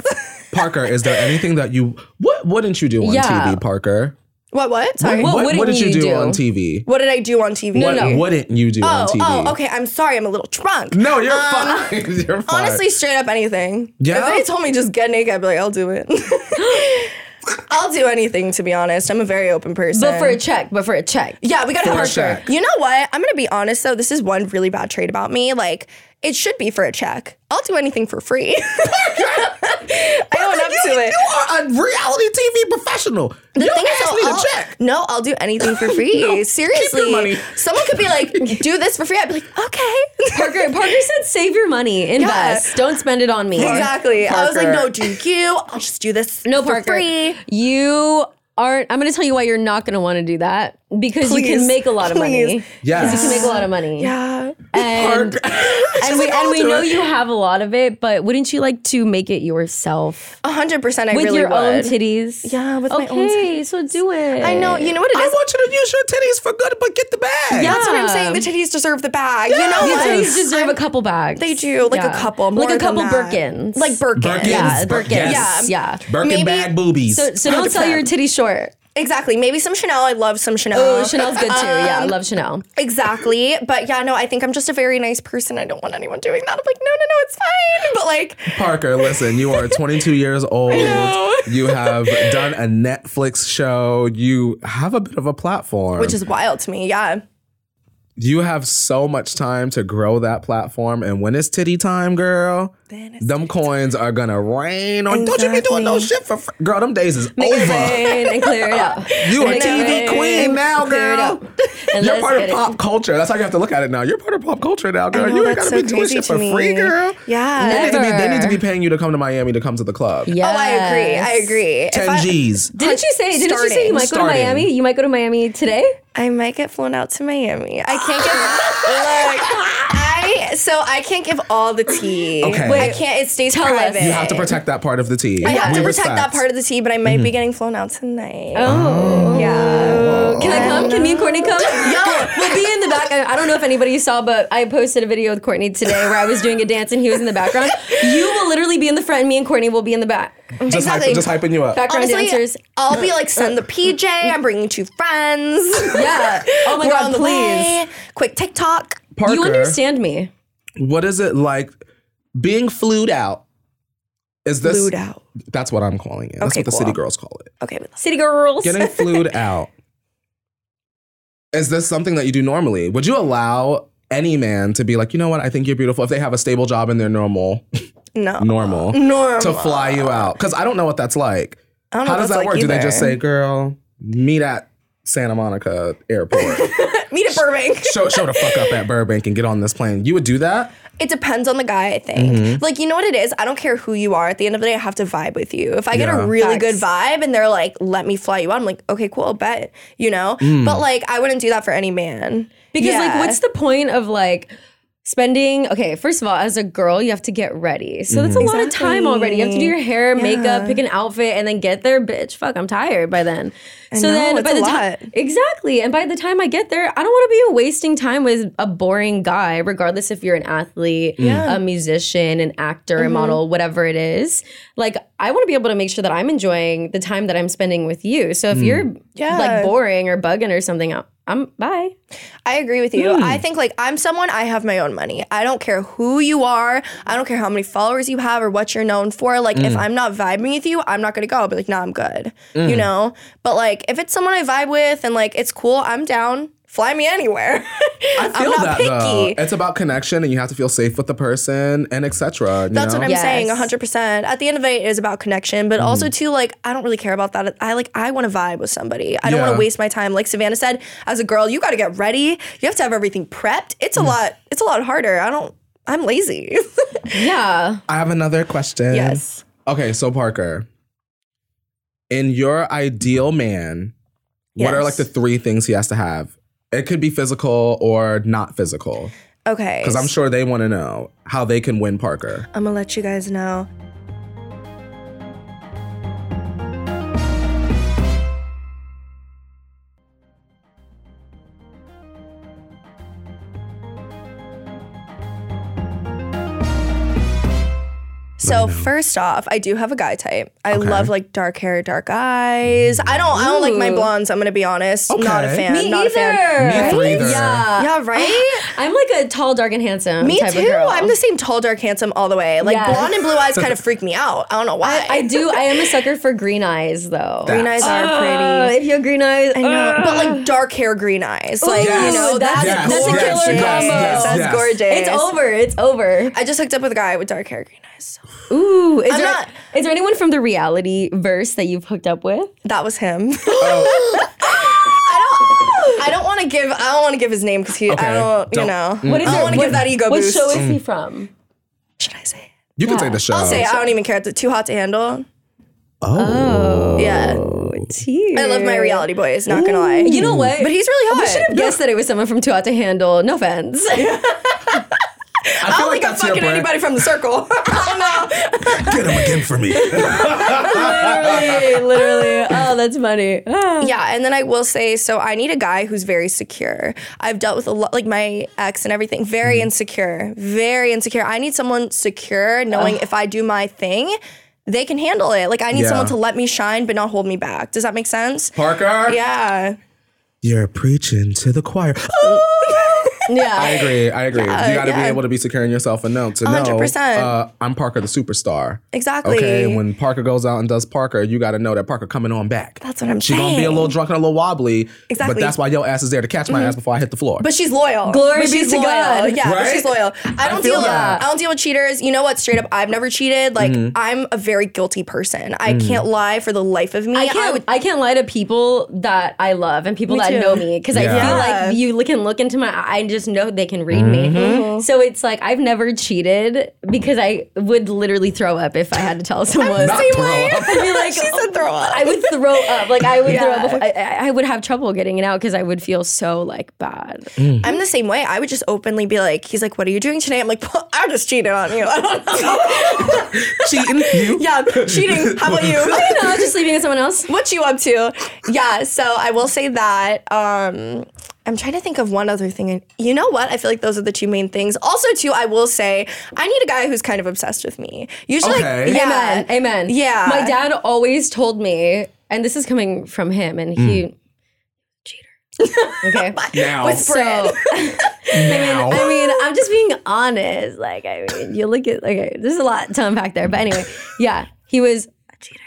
Speaker 6: Parker, is there anything that you what wouldn't you do on
Speaker 2: Yeah.
Speaker 6: TV, Parker?
Speaker 5: what? What? Sorry.
Speaker 2: What wouldn't
Speaker 6: did you,
Speaker 2: you
Speaker 6: do,
Speaker 2: do?
Speaker 6: on TV?
Speaker 5: What did I do on TV?
Speaker 6: what wouldn't you do on
Speaker 5: Oh,
Speaker 6: TV?
Speaker 5: oh, okay. I'm sorry. I'm a little drunk.
Speaker 6: No, you're fine. You're fine.
Speaker 5: Honestly, straight up anything.
Speaker 6: Yeah?
Speaker 5: If they told me just get naked, I'd be like, I'll do it. I'll do anything, to be honest. I'm a very open person.
Speaker 2: But for a check, but for a check.
Speaker 5: Yeah, we gotta
Speaker 6: For
Speaker 5: have
Speaker 6: a
Speaker 5: a check.
Speaker 6: check.
Speaker 5: You know what? I'm gonna be honest though. This is one really bad trait about me. Like, it should be for a check. I'll do anything for free. I own up to
Speaker 6: you,
Speaker 5: it.
Speaker 6: you are a reality TV professional.
Speaker 5: The
Speaker 6: you
Speaker 5: thing is,
Speaker 6: asked
Speaker 5: though,
Speaker 6: me to
Speaker 5: I'll-
Speaker 6: check.
Speaker 5: No, I'll do anything for free. Seriously,
Speaker 6: money.
Speaker 5: someone could be like, "Do this for free." I'd be like, "Okay."
Speaker 2: Parker, Parker said, "Save your money, invest. Don't spend it on me."
Speaker 5: exactly. I was like,
Speaker 6: Parker.
Speaker 5: "No, do you? I'll just do this
Speaker 2: No,
Speaker 5: for
Speaker 2: Parker,
Speaker 5: free."
Speaker 2: you aren't. I'm going to tell you why you're not going to want to do that because you
Speaker 5: Please.
Speaker 2: can make a lot of money.
Speaker 5: Please.
Speaker 6: Yes.
Speaker 2: you can make a lot of money.
Speaker 5: Yeah.
Speaker 2: and and we, and we know you have a lot of it, but wouldn't you like to make it yourself
Speaker 5: A hundred percent. I
Speaker 2: with
Speaker 5: really
Speaker 2: your own
Speaker 5: would.
Speaker 2: titties?
Speaker 5: Yeah, with my own
Speaker 2: Okay, so do it.
Speaker 5: I know. You know what it
Speaker 6: I
Speaker 5: is.
Speaker 6: want you to use your titties for good, but get the bag.
Speaker 2: Yeah.
Speaker 5: That's what I'm saying. The titties deserve the bag. You know
Speaker 2: These
Speaker 5: what?
Speaker 2: titties deserve a couple bags.
Speaker 5: They do, like a couple, more
Speaker 2: like a
Speaker 5: than
Speaker 2: couple
Speaker 5: that.
Speaker 2: Birkins,
Speaker 5: Like Birkins.
Speaker 6: Birkins.
Speaker 2: yeah,
Speaker 6: Bir-
Speaker 2: Birkins,
Speaker 6: yes.
Speaker 2: yeah.
Speaker 6: Birkin
Speaker 5: Maybe-
Speaker 6: bag boobies.
Speaker 2: So, so don't sell your titty short.
Speaker 5: Exactly. Maybe some Chanel. I love some Chanel.
Speaker 2: Oh, Chanel's good too. Yeah, I
Speaker 5: um,
Speaker 2: love Chanel.
Speaker 5: Exactly. But yeah, no, I think I'm just a very nice person. I don't want anyone doing that. I'm like, no, no, no, it's fine. But like,
Speaker 6: Parker, listen, you are 22 years old. You have done a Netflix show. You have a bit of a platform.
Speaker 5: which is wild to me. Yeah.
Speaker 6: You have so much time to grow that platform, and when it's titty time, girl, them coins are gonna rain on. Don't you be doing no shit for fr- girl. Them days is over.
Speaker 2: Rain and clear it out.
Speaker 6: You a
Speaker 2: Make it
Speaker 6: TV
Speaker 2: rain,
Speaker 6: queen now,
Speaker 2: clear it
Speaker 6: girl.
Speaker 2: up. And
Speaker 6: You're
Speaker 2: let's
Speaker 6: part of
Speaker 2: get it.
Speaker 6: pop culture. That's how you have to look at it now. You're part of pop culture now, girl.
Speaker 5: know,
Speaker 6: you ain't
Speaker 5: that's
Speaker 6: gotta
Speaker 5: so
Speaker 6: be doing
Speaker 5: crazy
Speaker 6: shit
Speaker 5: to
Speaker 6: for
Speaker 5: me.
Speaker 6: free, girl.
Speaker 5: Yeah.
Speaker 6: They need, to be, they need to be
Speaker 2: Never.
Speaker 6: paying you to come to Miami to come to the club.
Speaker 5: Oh, I agree. I
Speaker 2: Yes.
Speaker 5: agree. If I-
Speaker 6: Ten G's.
Speaker 2: Didn't you say? Didn't you say
Speaker 5: Starting,
Speaker 2: you might go to
Speaker 6: starting.
Speaker 2: Miami? You might go to Miami today.
Speaker 5: I might get flown out to Miami. I can't give like I so I can't give all the tea.
Speaker 6: Okay.
Speaker 5: I can't. It stays
Speaker 2: us.
Speaker 5: private.
Speaker 6: You have to protect that part of the tea.
Speaker 5: I have to
Speaker 6: We
Speaker 5: protect
Speaker 6: respect. Mm-hmm.
Speaker 5: that part of the tea, but I might be getting flown out tonight.
Speaker 2: Oh.
Speaker 5: Yeah.
Speaker 2: Can I come? Can me and Courtney come? Yo, we'll be in the back. I, I don't know if anybody saw, but I posted a video with Courtney today where I was doing a dance and he was in the background. You will literally be in the front, and me and Courtney will be in the back.
Speaker 6: Just,
Speaker 5: Exactly.
Speaker 6: hype, just hyping you up.
Speaker 2: Background
Speaker 5: Honestly,
Speaker 2: dancers.
Speaker 5: I'll be like, send the PJ. I'm bringing two friends.
Speaker 2: Yeah. Oh my
Speaker 5: We're
Speaker 2: God,
Speaker 5: on the way.
Speaker 2: please.
Speaker 5: Quick TikTok.
Speaker 6: Parker,
Speaker 2: You understand me?
Speaker 6: what is it like being flued out? Is this
Speaker 5: Blued out.
Speaker 6: That's what I'm calling it. That's
Speaker 5: Okay,
Speaker 6: what the city
Speaker 5: cool.
Speaker 6: girls call it.
Speaker 5: Okay. we lost-
Speaker 2: City girls.
Speaker 6: Getting flued out. Is this something that you do normally? Would you allow any man to be like, you know what? I think you're beautiful if they have a stable job and they're normal,
Speaker 5: No.
Speaker 6: normal,
Speaker 5: Normal.
Speaker 6: to fly you out? Because I don't know what that's like.
Speaker 5: I don't know
Speaker 6: How
Speaker 5: what
Speaker 6: does
Speaker 5: that's
Speaker 6: that
Speaker 5: like
Speaker 6: work? Do they just
Speaker 5: either.
Speaker 6: say, girl, meet at Santa Monica airport?
Speaker 5: meet at Burbank?
Speaker 6: show, show the fuck up at Burbank and get on this plane. You would do that?
Speaker 5: It depends on the guy, I think. Like, you know what it is? I don't care who you are. At the end of the day, I have to vibe with you. If I get
Speaker 6: Yeah.
Speaker 5: a really good vibe and they're like, let me fly you out, I'm like, okay, cool, bet. You know? But like, I wouldn't do that for any man.
Speaker 2: Because like,
Speaker 5: Yeah.
Speaker 2: what's the point of like spending? Okay, first of all, as a girl, you have to get ready, so that's a lot of time already. You have to do your hair, makeup, pick an outfit, and then get there. Bitch, fuck, I'm tired by then. so
Speaker 5: know,
Speaker 2: then,
Speaker 5: it's
Speaker 2: by
Speaker 5: a
Speaker 2: the
Speaker 5: lot.
Speaker 2: time exactly, and by the time I get there, I don't want to be wasting time with a boring guy, regardless if you're an athlete, a musician, an actor,
Speaker 5: Mm-hmm.
Speaker 2: a model, whatever it is. Like, I want to be able to make sure that I'm enjoying the time that I'm spending with you. So if you're
Speaker 5: Mm. Yeah.
Speaker 2: like boring or bugging or something, I'm, I'm bye.
Speaker 5: I agree with you. I think like I'm someone I have my own money. I don't care who you are. I don't care how many followers you have or what you're known for. Like if I'm not vibing with you, I'm not gonna go. I'll be like, nah, I'm good. You know? But like if it's someone I vibe with and like it's cool, I'm down. Fly me anywhere. I am not picky.
Speaker 6: though. It's about connection and you have to feel safe with the person and etc.
Speaker 5: That's what I'm
Speaker 2: Yes.
Speaker 5: saying, 100%. At the end of it, it is about connection, but
Speaker 6: Mm-hmm.
Speaker 5: also too, like, I don't really care about that. I like, I want to vibe with somebody. I don't want
Speaker 6: Yeah.
Speaker 5: to waste my time. Like Savannah said, as a girl, you got to get ready. You have to have everything prepped. It's a
Speaker 6: Mm.
Speaker 5: lot. It's a lot harder. I don't. I'm lazy.
Speaker 2: Yeah.
Speaker 6: I have another question.
Speaker 5: yes.
Speaker 6: Okay, so Parker, in your ideal man, what are
Speaker 5: Yes.
Speaker 6: like the three things he has to have? It could be physical or not physical,
Speaker 5: Okay.
Speaker 6: because I'm sure they want to know how they can win Parker.
Speaker 5: I'm gonna let you guys know. So first off, I do have a guy type. I love like dark hair, dark eyes. I don't. I don't like my
Speaker 2: Ooh.
Speaker 5: blondes. I'm gonna be honest. Not a
Speaker 6: Okay.
Speaker 5: fan.
Speaker 2: Me
Speaker 5: not
Speaker 2: either.
Speaker 5: a fan.
Speaker 6: Me
Speaker 2: right?
Speaker 6: either.
Speaker 2: Yeah.
Speaker 5: Yeah, right.
Speaker 2: I'm like a tall, dark, and handsome
Speaker 5: Me
Speaker 2: type
Speaker 5: too.
Speaker 2: of girl.
Speaker 5: I'm the same tall, dark, handsome all the way. Like
Speaker 2: Yes.
Speaker 5: blonde and blue eyes kind of freak me out. I don't know why.
Speaker 2: I, I do. I am a sucker for green eyes, Uh. though.
Speaker 5: green eyes are
Speaker 2: Uh,
Speaker 5: pretty.
Speaker 2: if you have green eyes,
Speaker 5: I know, but like dark hair, green eyes. uh,
Speaker 2: Oh,
Speaker 5: Like
Speaker 6: Yes.
Speaker 5: you know,
Speaker 2: That's-
Speaker 5: that's,
Speaker 6: yes,
Speaker 2: that's a
Speaker 5: gorgeous.
Speaker 2: killer
Speaker 6: yes,
Speaker 2: combo.
Speaker 6: yes,
Speaker 5: That's
Speaker 6: yes.
Speaker 5: gorgeous.
Speaker 2: it's over. It's over.
Speaker 5: I just hooked up with a guy with dark hair, green eyes.
Speaker 2: Ooh, is
Speaker 5: I'm
Speaker 2: there
Speaker 5: not-
Speaker 2: is there anyone from the reality verse that you've hooked up with?
Speaker 5: That was him.
Speaker 2: Oh.
Speaker 5: I don't. I don't want to give. I don't want to give his name because he.
Speaker 6: Okay,
Speaker 5: I don't.
Speaker 6: don't-
Speaker 5: You know.
Speaker 6: Mm.
Speaker 2: What is
Speaker 5: I
Speaker 2: there-
Speaker 5: don't want to
Speaker 2: what-
Speaker 5: give that ego
Speaker 2: What
Speaker 5: boost. Mm.
Speaker 2: show is Oh. he from?
Speaker 5: Should I say? it?
Speaker 6: You can say the show.
Speaker 5: I'll say. it. I don't even care. It's too hot to handle.
Speaker 6: Oh,
Speaker 5: Yeah.
Speaker 2: Tears.
Speaker 5: I love my reality boys. Not gonna lie.
Speaker 2: You know what?
Speaker 5: But he's really hot.
Speaker 2: I should have guessed that it was someone from Too Hot to Handle. No offense.
Speaker 6: I feel like
Speaker 5: I'm
Speaker 6: that's your
Speaker 5: fucking
Speaker 6: brand.
Speaker 5: anybody from the circle. I don't know.
Speaker 1: Get him again for me.
Speaker 2: literally, literally. Oh, that's funny. Ah.
Speaker 5: Yeah, and then I will say, so I need a guy who's very secure. I've dealt with a lot, like my ex and everything,
Speaker 6: Mm-hmm.
Speaker 5: very insecure, very insecure. I need someone secure, knowing if I do my thing, they can handle it. Like I need
Speaker 6: Yeah.
Speaker 5: someone to let me shine, but not hold me back. Does that make sense?
Speaker 6: Parker.
Speaker 5: Yeah.
Speaker 6: You're preaching to the choir.
Speaker 2: Yeah.
Speaker 6: I agree. I agree.
Speaker 5: Yeah,
Speaker 6: you got to be
Speaker 5: yeah.
Speaker 6: able to be securing yourself enough to know.
Speaker 5: 100%.
Speaker 6: Uh, I'm Parker the superstar.
Speaker 5: Exactly.
Speaker 6: Okay. And when Parker goes out and does Parker, you got to know that Parker coming on back.
Speaker 5: That's what I'm
Speaker 6: She gonna be a
Speaker 5: saying.
Speaker 6: little drunk and a little wobbly. But
Speaker 5: Exactly. Mm-hmm.
Speaker 6: that's why your ass is there to catch my ass before I hit the floor.
Speaker 5: But she's loyal.
Speaker 2: Glory
Speaker 5: But
Speaker 2: be
Speaker 5: she's
Speaker 2: to God.
Speaker 5: Yeah, but
Speaker 6: Right?
Speaker 5: she's loyal. I don't
Speaker 6: feel
Speaker 5: deal.
Speaker 6: that. Mm-hmm.
Speaker 5: I don't deal with cheaters. You know what? Straight up, I've never cheated. Like I'm a very guilty person. I can't lie for the life of me.
Speaker 2: I can't. I,
Speaker 5: would-
Speaker 2: can't lie to people that I love and people
Speaker 5: Me
Speaker 2: that
Speaker 5: too.
Speaker 2: know me because I
Speaker 6: Yeah.
Speaker 2: feel
Speaker 5: Yeah.
Speaker 2: like you look- can look into my. eye and just know they can read
Speaker 5: Mm-hmm.
Speaker 2: me. So it's like I've never cheated because I would literally throw up if I had to tell someone.
Speaker 6: Not throw up.
Speaker 2: I'd be like, she said throw up. I would throw up. Like I would throw up. Before, I- I, I would have trouble getting it out because I would feel so like bad.
Speaker 5: I'm the same way. I would just openly be like, "He's like, what are you doing today?" I'm like, "I just cheated on you. I don't know.
Speaker 6: Cheating you.
Speaker 5: yeah, cheating. How about you?
Speaker 2: No, I was just leaving with someone else.
Speaker 5: what you up to? Yeah. So I will say that. Um, I'm trying to think of one other thing. And you know what? I feel like those are the two main things. Also, too, I will say I need a guy who's kind of obsessed with me. Usually,
Speaker 6: Okay.
Speaker 5: yeah,
Speaker 2: Amen. Amen.
Speaker 5: Yeah.
Speaker 2: My dad always told me, and this is coming from him, and he cheater. Okay.
Speaker 6: Now.
Speaker 5: Whisper
Speaker 2: So-
Speaker 5: it.
Speaker 6: now.
Speaker 2: I mean, I'm just being honest. Like, I mean, you look at okay, there's a lot to unpack there. But anyway, yeah, he was a cheater.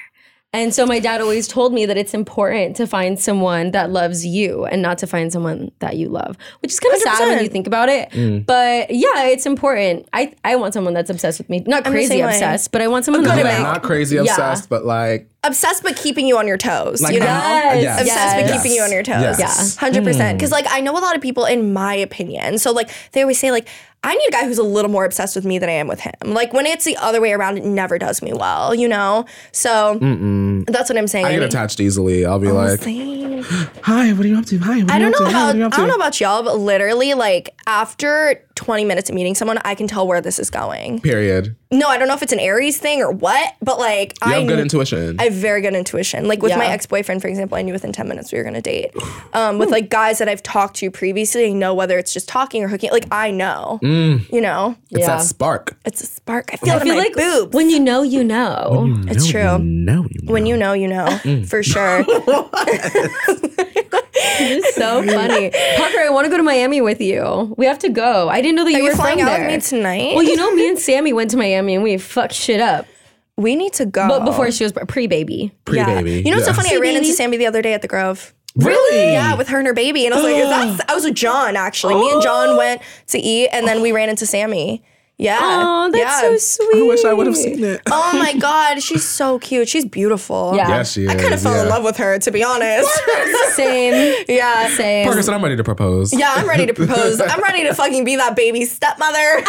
Speaker 2: And so my dad always told me that it's important to find someone that loves you and not to find someone that you love, which is kind of sad when you
Speaker 5: 100%.
Speaker 2: think about it.
Speaker 6: Mm.
Speaker 2: But yeah, it's important. I I want someone that's obsessed with me, not
Speaker 5: I'm the
Speaker 2: crazy
Speaker 5: same way.
Speaker 2: obsessed, but I want someone
Speaker 5: good
Speaker 2: that
Speaker 6: Yeah,
Speaker 5: amount.
Speaker 6: not crazy obsessed, but like,
Speaker 5: obsessed but keeping you on your toes.
Speaker 6: like
Speaker 5: you know?
Speaker 6: now?
Speaker 2: Yes.
Speaker 6: Yes.
Speaker 5: obsessed with
Speaker 6: yes.
Speaker 5: keeping you on your toes.
Speaker 6: Yes.
Speaker 2: Yeah. Hmm.
Speaker 5: Hundred percent. Because like I know a lot of people, in my opinion, so like they always say like I need a guy who's a little more obsessed with me than I am with him. Like when it's the other way around, it never does me well. You know. So that's what I'm saying.
Speaker 6: I get
Speaker 5: need-
Speaker 6: attached easily. I'll be like,
Speaker 5: Same.
Speaker 6: hi, what are you up to? Hi, what are
Speaker 5: I
Speaker 6: you
Speaker 5: don't
Speaker 6: up
Speaker 5: know
Speaker 6: to? Hi,
Speaker 5: about
Speaker 6: what are
Speaker 5: I
Speaker 6: you up
Speaker 5: don't
Speaker 6: to?"
Speaker 5: know about y'all, but literally like after 20 minutes of meeting someone, I can tell where this is going.
Speaker 6: Period.
Speaker 5: No, I don't know if it's an Aries thing or what, but like
Speaker 6: You
Speaker 5: I
Speaker 6: have good
Speaker 5: kn-
Speaker 6: intuition.
Speaker 5: I have very good intuition. Like with my
Speaker 2: Yeah.
Speaker 5: ex boyfriend, for example, I knew within 10 minutes we were going to date. Um, with like guys that I've talked to previously, I know whether it's just talking or hooking. Like I know, you know,
Speaker 6: it's
Speaker 2: yeah.
Speaker 6: that spark.
Speaker 5: it's a spark. I feel it
Speaker 2: I
Speaker 5: in
Speaker 2: feel
Speaker 5: my
Speaker 2: like
Speaker 5: boobs.
Speaker 2: when you know, you know.
Speaker 5: it's true.
Speaker 6: No, you
Speaker 5: when you know, you know, for sure.
Speaker 2: It's so funny. Parker, I want to go to Miami with you. We have to go. I didn't know that you
Speaker 5: Are you
Speaker 2: were from
Speaker 5: flying out
Speaker 2: there.
Speaker 5: with me tonight?
Speaker 2: Well, you know, me and Sammy went to Miami and we fucked shit up.
Speaker 5: we need to go.
Speaker 2: But before she was pre baby.
Speaker 6: pre baby.
Speaker 5: You know what's so funny? I ran into
Speaker 2: baby.
Speaker 5: Sammy the other day at the Grove.
Speaker 6: Really?
Speaker 5: Yeah, with her and her baby. And I was like, that's, I was with John actually. Me and John went to eat and then we ran into Sammy. Yeah.
Speaker 2: Oh, that's
Speaker 5: yeah.
Speaker 2: so sweet.
Speaker 6: I wish I would have seen it.
Speaker 5: Oh my God, she's so cute. She's beautiful.
Speaker 2: Yeah.
Speaker 6: Yes, she is.
Speaker 5: I kind of fell in
Speaker 6: yeah.
Speaker 5: love with her, to be honest.
Speaker 2: Same.
Speaker 5: yeah.
Speaker 2: Same.
Speaker 6: Parker said, I'm ready to propose.
Speaker 5: Yeah, I'm ready to propose. I'm ready to fucking be that baby's stepmother.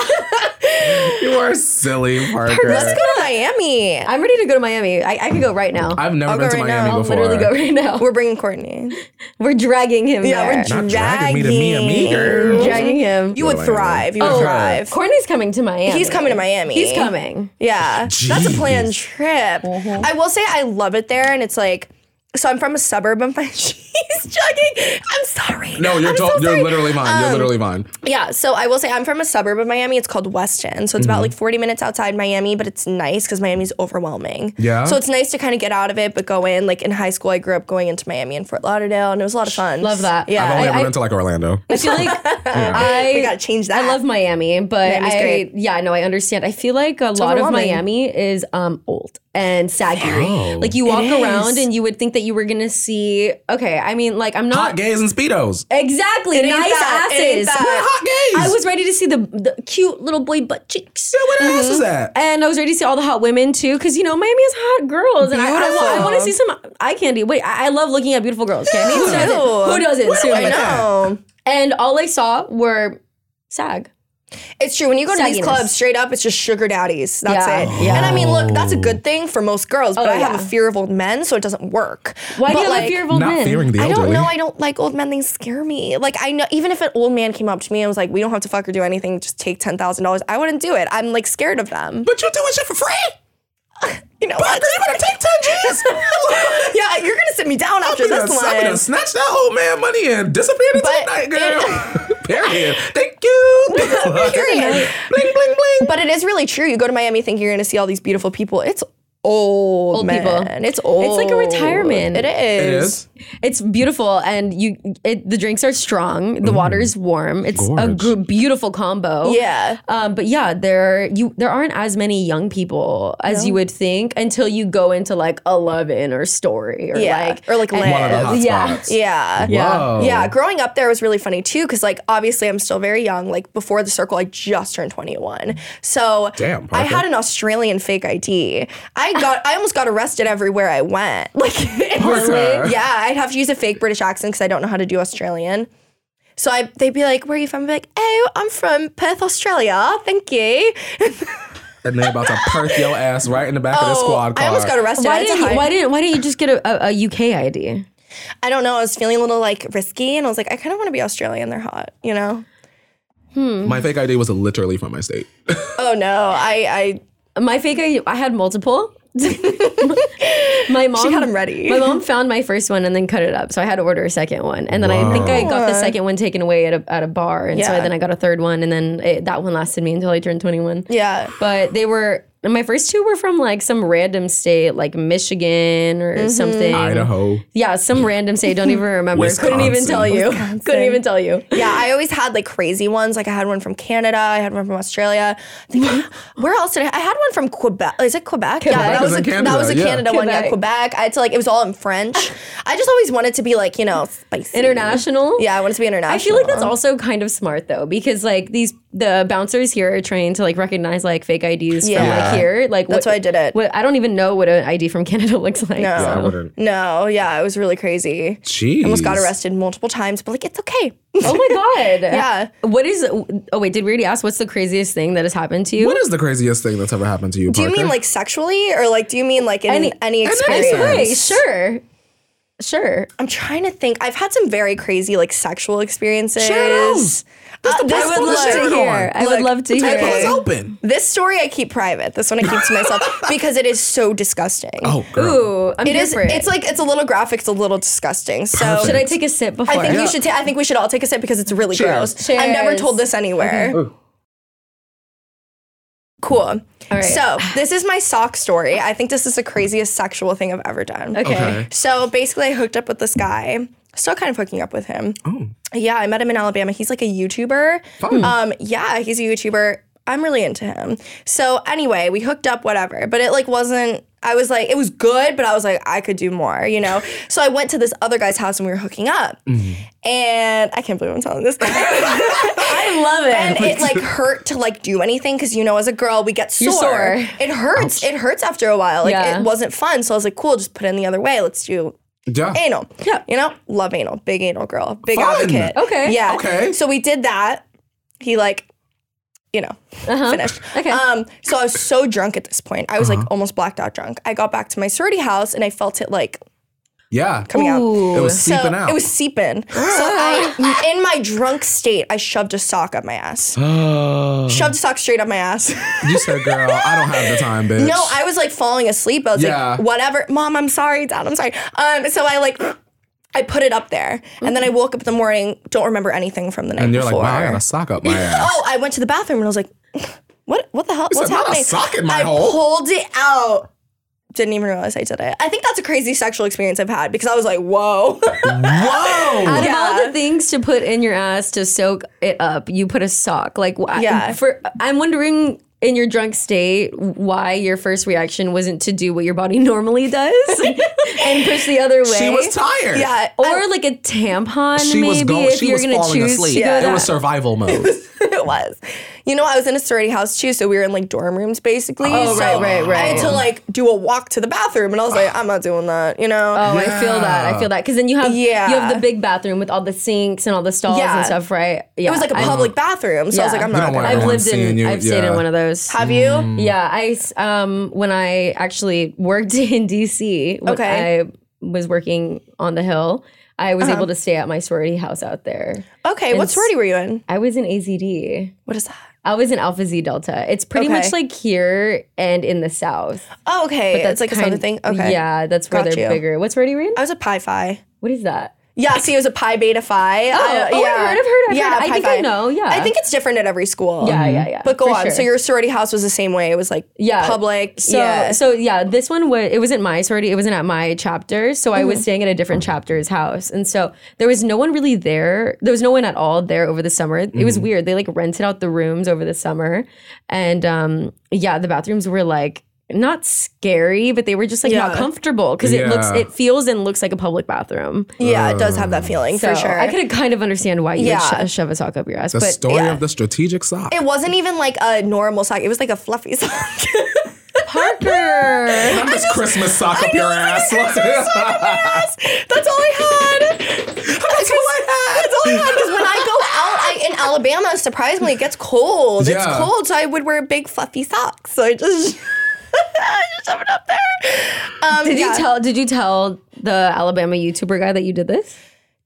Speaker 6: You are silly, Parker.
Speaker 5: Let's go to Miami.
Speaker 2: I'm ready to go to Miami. I, I could go right now.
Speaker 6: I've never
Speaker 5: I'll
Speaker 6: been
Speaker 5: go
Speaker 6: to
Speaker 5: right now.
Speaker 6: Miami
Speaker 5: I'll
Speaker 2: I'll
Speaker 6: before.
Speaker 2: literally go right now.
Speaker 5: We're bringing Courtney.
Speaker 2: We're dragging him.
Speaker 5: Yeah,
Speaker 2: there.
Speaker 5: we're
Speaker 6: Not
Speaker 5: dragging.
Speaker 6: dragging me to me and me, girl.
Speaker 2: dragging him. Oh,
Speaker 5: You would
Speaker 6: Miami.
Speaker 5: thrive. You would thrive.
Speaker 2: Courtney's coming to Miami.
Speaker 5: He's coming to Miami.
Speaker 2: He's coming.
Speaker 5: Yeah. That's a planned trip.
Speaker 2: Uh-huh.
Speaker 5: I will say I love it there and it's like so I'm from a suburb and my she's chugging. I'm sorry.
Speaker 6: No, you're,
Speaker 5: I'm
Speaker 6: to-
Speaker 5: so
Speaker 6: you're
Speaker 5: sorry.
Speaker 6: literally mine. you're
Speaker 5: Um,
Speaker 6: literally mine.
Speaker 5: Yeah, so I will say I'm from a suburb of Miami. It's called Weston. So it's
Speaker 2: Mm-hmm.
Speaker 5: about like 40 minutes outside Miami, but it's nice because Miami's overwhelming.
Speaker 6: Yeah.
Speaker 5: So it's nice to kind of get out of it, but go in. Like in high school, I grew up going into Miami and Fort Lauderdale, and it was a lot of fun.
Speaker 2: Love that.
Speaker 5: Yeah.
Speaker 6: I've only ever
Speaker 2: I-
Speaker 6: been to like Orlando.
Speaker 2: I feel like I
Speaker 5: we got to change that.
Speaker 2: I love Miami, but
Speaker 5: Miami's
Speaker 2: I
Speaker 5: great.
Speaker 2: yeah, no, I understand. I feel like a lot of
Speaker 5: overwhelming.
Speaker 2: Miami is um old and saggy.
Speaker 6: Oh.
Speaker 2: Like you walk around and you would think that you were gonna see. Okay, I mean, like I'm
Speaker 6: Hot
Speaker 2: not
Speaker 6: gays and speedos.
Speaker 2: exactly
Speaker 5: It ain't
Speaker 2: nice
Speaker 5: that. It ain't
Speaker 2: asses.
Speaker 5: that.
Speaker 6: Hot gays.
Speaker 2: I was ready to see the the cute little boy butt cheeks. Mm-hmm.
Speaker 6: Yeah, what ass is
Speaker 5: Mm-hmm.
Speaker 6: that?
Speaker 2: And I was ready to see all the hot women too, because you know Miami has hot girls, and I, I,
Speaker 5: Beautiful.
Speaker 2: want to see some eye candy. Wait, I, I love looking at beautiful girls. Okay, who does it? Who does it?
Speaker 5: I
Speaker 2: Seriously.
Speaker 5: know.
Speaker 2: And all I saw were sag.
Speaker 5: It's true. When you go to
Speaker 2: Sagginess.
Speaker 5: these clubs, straight up, it's just sugar daddies. That's
Speaker 2: Yeah. Oh.
Speaker 5: it. And I mean, look, that's a good thing for most girls, but I have
Speaker 2: yeah.
Speaker 5: a fear of old men, so it doesn't work.
Speaker 2: Why
Speaker 5: but
Speaker 2: do you have
Speaker 5: like,
Speaker 2: a fear of old
Speaker 6: Not
Speaker 2: men?
Speaker 6: fearing the
Speaker 5: I
Speaker 6: elderly.
Speaker 5: don't know. I don't like old men. They scare me. Like I know, even if an old man came up to me and was like, "We don't have to fuck or do anything. Just take ten thousand dollars," I wouldn't do it. I'm like scared of them.
Speaker 6: But you're doing shit for free.
Speaker 5: You know, what?
Speaker 6: You're gonna take ten G's.
Speaker 5: yeah, you're gonna sit me down after
Speaker 6: I'm gonna,
Speaker 5: this
Speaker 6: I'm gonna
Speaker 5: one.
Speaker 6: snatch that old man money and disappear into
Speaker 5: But
Speaker 6: the night, girl. Period. Thank you.
Speaker 5: Period.
Speaker 6: bling bling bling.
Speaker 5: But it is really true. You go to Miami thinking you're gonna see all these beautiful people. It's old,
Speaker 2: Old
Speaker 5: men.
Speaker 2: people.
Speaker 5: It's old.
Speaker 2: It's like a retirement.
Speaker 5: It is.
Speaker 6: It is.
Speaker 2: It's beautiful, and you it, the drinks are strong. The water is warm. It's a
Speaker 6: Gorge.
Speaker 2: gr- beautiful combo.
Speaker 5: Yeah.
Speaker 2: Um, but yeah, there you there aren't as many young people as you would think until you go into like Eleven or Story or
Speaker 5: Yeah.
Speaker 2: like
Speaker 5: Or, like,
Speaker 2: and-
Speaker 5: One of the
Speaker 6: hot
Speaker 2: yeah,
Speaker 6: spots.
Speaker 5: Yeah.
Speaker 6: Whoa.
Speaker 5: Yeah, growing up there was really funny too, because like obviously I'm still very young. Like before the circle, I just turned 21. So
Speaker 6: Damn,
Speaker 5: I had
Speaker 6: Parker.
Speaker 5: an Australian fake ID. I got I almost got arrested everywhere I went. Like it was-
Speaker 6: Parker.
Speaker 5: yeah, I'd have to use a fake British accent because I don't know how to do Australian. So I, they'd be like, "Where are you from?" I'd be like, "Oh, I'm from Perth, Australia. Thank you."
Speaker 6: And they're about to perk your ass right in the back of the squad
Speaker 5: Oh,
Speaker 6: car.
Speaker 5: I almost got arrested. I,
Speaker 2: Why
Speaker 5: had to
Speaker 2: didn't you,
Speaker 5: hide-
Speaker 2: why didn't why didn't you just get a, a, a UK ID?
Speaker 5: I don't know. I was feeling a little like risky, and I was like, "I kind of want to be Australian. They're hot, you know."
Speaker 6: my fake ID was literally from my state.
Speaker 5: Oh no, I I
Speaker 2: My fake ID, I had multiple. my mom
Speaker 5: had 'em ready.
Speaker 2: My mom found my first one and then cut it up, so I had to order a second one, and then I think I got the second one taken away at a at a bar, and so
Speaker 5: Yeah.
Speaker 2: then I got a third one, and then it, that one lasted me until I turned twenty one.
Speaker 5: yeah.
Speaker 2: But they were my first two were from like some random state, like Michigan
Speaker 5: Mm-hmm.
Speaker 2: or
Speaker 5: Mm.
Speaker 2: something.
Speaker 5: Oh.
Speaker 6: Idaho.
Speaker 2: Yeah, some random state. Don't even remember. Couldn't even
Speaker 6: Wisconsin.
Speaker 2: tell you. Couldn't even tell you.
Speaker 5: Yeah, I always had like crazy ones. Like I had one from Canada. I had one from Australia. I think- where else did I? I had one from Quebec. Is it Quebec? yeah, that
Speaker 6: is
Speaker 5: was a,
Speaker 6: in
Speaker 5: that
Speaker 6: Canada,
Speaker 5: was a
Speaker 6: yeah.
Speaker 5: Canada one. Yeah, Quebec. I had to like it was all in French. I just always wanted to be like you know spicy
Speaker 2: International.
Speaker 5: Yeah, I wanted to be international.
Speaker 2: I feel like that's also kind of smart though, because like these the bouncers here are trained to like recognize like fake IDs from
Speaker 5: Yeah.
Speaker 2: like here. Like
Speaker 5: That's
Speaker 2: what,
Speaker 5: why I did it.
Speaker 2: What, I don't even know what an ID from Canada looks like.
Speaker 5: No.
Speaker 2: so.
Speaker 6: I wouldn't.
Speaker 5: No, yeah, it was really crazy.
Speaker 6: Jeez.
Speaker 5: Mm. Almost got arrested multiple times, but like it's okay.
Speaker 2: Oh my god.
Speaker 5: Yeah.
Speaker 2: What is? Oh wait, did we already ask? What's the craziest thing that has happened to you?
Speaker 6: What is the craziest thing that's ever happened to you?
Speaker 5: Do you mean
Speaker 6: Parker?
Speaker 5: like sexually, or like do you mean like in
Speaker 2: Any-
Speaker 5: any, experience?
Speaker 2: Any way, sure, sure.
Speaker 5: I'm trying to think. I've had some very crazy like sexual experiences.
Speaker 6: Shadows.
Speaker 5: Uh, this
Speaker 2: I would love
Speaker 5: one- look,
Speaker 2: to hear. I would
Speaker 5: look,
Speaker 2: love to
Speaker 5: the
Speaker 2: hear.
Speaker 5: table
Speaker 6: It's
Speaker 5: is
Speaker 2: it.
Speaker 6: open.
Speaker 5: This story I keep private. This one I keep to myself because it is so disgusting.
Speaker 6: Oh, girl.
Speaker 2: Ooh, I'm
Speaker 5: it
Speaker 2: here
Speaker 5: is.
Speaker 2: for it.
Speaker 5: It's like it's a little graphic. It's a little disgusting. So
Speaker 2: Should I take a sip before?
Speaker 5: I think
Speaker 6: Yeah.
Speaker 5: you should. Ta- I think we should all take a sip because it's really
Speaker 6: Cheers.
Speaker 5: gross. I've never
Speaker 2: Cheers.
Speaker 5: told this anywhere.
Speaker 6: Ooh.
Speaker 5: Cool.
Speaker 2: right.
Speaker 5: So this is my sock story. I think this is the craziest sexual thing I've ever done.
Speaker 2: Okay.
Speaker 6: Okay.
Speaker 5: So basically, I hooked up with this guy. Still kind of hooking up with him.
Speaker 6: Oh.
Speaker 5: Yeah, I met him in Alabama. He's like a YouTuber.
Speaker 6: Fun. Hmm.
Speaker 5: Um, yeah, he's a YouTuber. I'm really into him. So anyway, we hooked up, whatever. But it like wasn't. I was like, it was good, but I was like, I could do more, you know. so I went to this other guy's house and we were hooking up,
Speaker 6: Mm-hmm.
Speaker 5: and I can't believe I'm telling this. I love it. And it like hurt to like do anything because you know, as a girl, we get sore.
Speaker 2: You're sore.
Speaker 5: It hurts. It hurts after a while. Like
Speaker 2: Yeah.
Speaker 5: it wasn't fun. So I was like, cool, just put it in the other way. Let's do
Speaker 6: Yeah.
Speaker 5: anal. Yeah. You know, love anal. Big anal girl. Big
Speaker 6: Fun.
Speaker 5: advocate.
Speaker 2: Okay.
Speaker 5: Yeah.
Speaker 6: Okay.
Speaker 5: So we did that. He like, you know,
Speaker 2: Uh-huh.
Speaker 5: finished.
Speaker 2: Okay.
Speaker 5: Um, so I was so drunk at this point. I was
Speaker 6: Uh-huh.
Speaker 5: like almost blacked out drunk. I got back to my sorority house and I felt it like
Speaker 6: yeah.
Speaker 5: coming out.
Speaker 6: It was seeping
Speaker 5: so
Speaker 6: out.
Speaker 5: It was seeping. so I, in my drunk state, I shoved a sock up my ass.
Speaker 6: Uh-huh.
Speaker 5: shoved a sock straight up my ass.
Speaker 6: you said, girl, I don't have the time, bitch.
Speaker 5: No, I was like falling asleep. I was
Speaker 6: Yeah.
Speaker 5: like, whatever, mom, I'm sorry, dad, I'm sorry. Um, so I like, I put it up there, and then I woke up in the morning, don't remember anything from the night
Speaker 6: And you're like,
Speaker 5: before.
Speaker 6: wow, I got a sock up my ass.
Speaker 5: oh, I went to the bathroom and I was like, what? What the hell?
Speaker 6: You
Speaker 5: What's
Speaker 6: said, "Not a
Speaker 5: happening?
Speaker 6: sock in my
Speaker 5: I
Speaker 6: hole."
Speaker 5: pulled it out. Didn't even realize I did it. I think that's a crazy sexual experience I've had because I was like, whoa.
Speaker 6: Whoa.
Speaker 2: Out of all
Speaker 5: Yeah.
Speaker 2: the things to put in your ass to soak it up, you put a sock. Like, why?
Speaker 5: Yeah.
Speaker 2: For I'm wondering in your drunk state why your first reaction wasn't to do what your body normally does and push the other way.
Speaker 6: She was tired.
Speaker 5: yeah.
Speaker 2: or
Speaker 5: I-
Speaker 2: like a tampon,
Speaker 6: She
Speaker 2: maybe
Speaker 6: was going.
Speaker 2: if
Speaker 6: She
Speaker 2: you're
Speaker 6: was
Speaker 2: gonna
Speaker 6: falling
Speaker 2: choose
Speaker 6: asleep.
Speaker 2: to go
Speaker 6: It
Speaker 2: that.
Speaker 6: was survival mode.
Speaker 5: it was. You know, I was in a sorority house too, so we were in like dorm rooms basically.
Speaker 2: Oh,
Speaker 5: so
Speaker 2: right, right,
Speaker 5: I
Speaker 2: right.
Speaker 5: had to like do a walk to the bathroom, and I was like, I'm not doing that. You know.
Speaker 2: Oh, I feel that. I feel that because then you have
Speaker 5: Yeah.
Speaker 2: you have the big bathroom with all the sinks and all the stalls
Speaker 5: Yeah.
Speaker 2: and stuff, right? Yeah,
Speaker 5: It was like a
Speaker 2: I-
Speaker 5: public bathroom, so I
Speaker 2: Yeah. Mm.
Speaker 5: was like, I'm
Speaker 2: You
Speaker 5: not.
Speaker 6: don't
Speaker 5: Gonna,
Speaker 6: want
Speaker 2: I've
Speaker 6: Everyone
Speaker 2: lived in.
Speaker 6: seeing you,
Speaker 2: I've stayed in
Speaker 6: yeah.
Speaker 2: one of those.
Speaker 5: have you?
Speaker 2: Yeah, I s- um when I actually worked in DC, when
Speaker 5: Okay. Uh-huh.
Speaker 2: I was working on the hill. I was able to stay at my sorority house out there.
Speaker 5: Okay, what sorority were you in?
Speaker 2: I was in AZD.
Speaker 5: What is that?
Speaker 2: I was in Alpha Z Delta. It's pretty
Speaker 5: Okay.
Speaker 2: much like here and in the South.
Speaker 5: Oh, okay,
Speaker 2: But
Speaker 5: that's like a southern
Speaker 2: kind-
Speaker 5: thing. Okay,
Speaker 2: Yeah, that's where
Speaker 5: Got
Speaker 2: they're
Speaker 5: you.
Speaker 2: bigger. What sorority were you in?
Speaker 5: I was a Pi Phi.
Speaker 2: What is that?
Speaker 5: Yeah, see, it was a Pi Beta Phi.
Speaker 2: oh, I've heard, I've heard, I've
Speaker 5: yeah,
Speaker 2: heard. I
Speaker 5: Pi
Speaker 2: think I
Speaker 5: Phi.
Speaker 2: know, yeah.
Speaker 5: I think it's different at every school.
Speaker 2: Yeah, yeah, yeah,
Speaker 5: Um, But go
Speaker 2: for
Speaker 5: on. So
Speaker 2: sure.
Speaker 5: your sorority house was the same way. It was like
Speaker 2: yeah
Speaker 5: public.
Speaker 2: so
Speaker 5: yeah.
Speaker 2: so yeah this one was it wasn't my sorority it wasn't at my chapter so i
Speaker 5: Mm-hmm.
Speaker 2: was staying at a different chapter's house and so there was no one really there there was no one at all there over the summer it
Speaker 5: Mm-hmm.
Speaker 2: was weird they like rented out the rooms over the summer and um yeah the bathrooms were like not scary but they were just like not
Speaker 5: Yeah.
Speaker 2: comfortable because it looks
Speaker 6: Yeah.
Speaker 2: it feels and looks like a public bathroom
Speaker 5: yeah, it does have that feeling
Speaker 2: so
Speaker 5: for sure.
Speaker 2: i could kind of understand why you
Speaker 5: Yeah.
Speaker 2: would sh- shove a sock up your ass
Speaker 6: The
Speaker 2: but
Speaker 6: story of the strategic sock.
Speaker 5: it wasn't even like a normal sock. It was like a fluffy sock.
Speaker 2: parker
Speaker 6: I'm just Christmas sock up your ass.
Speaker 5: That's all I had. That's all I had. That's all I had. Because when I go out I, in Alabama, surprisingly, it gets cold.
Speaker 6: Yeah.
Speaker 5: It's cold, so I would wear big fluffy socks. So I just, I just have it up there. Um,
Speaker 2: did
Speaker 5: yeah.
Speaker 2: you tell did you tell the alabama youtuber guy that you did this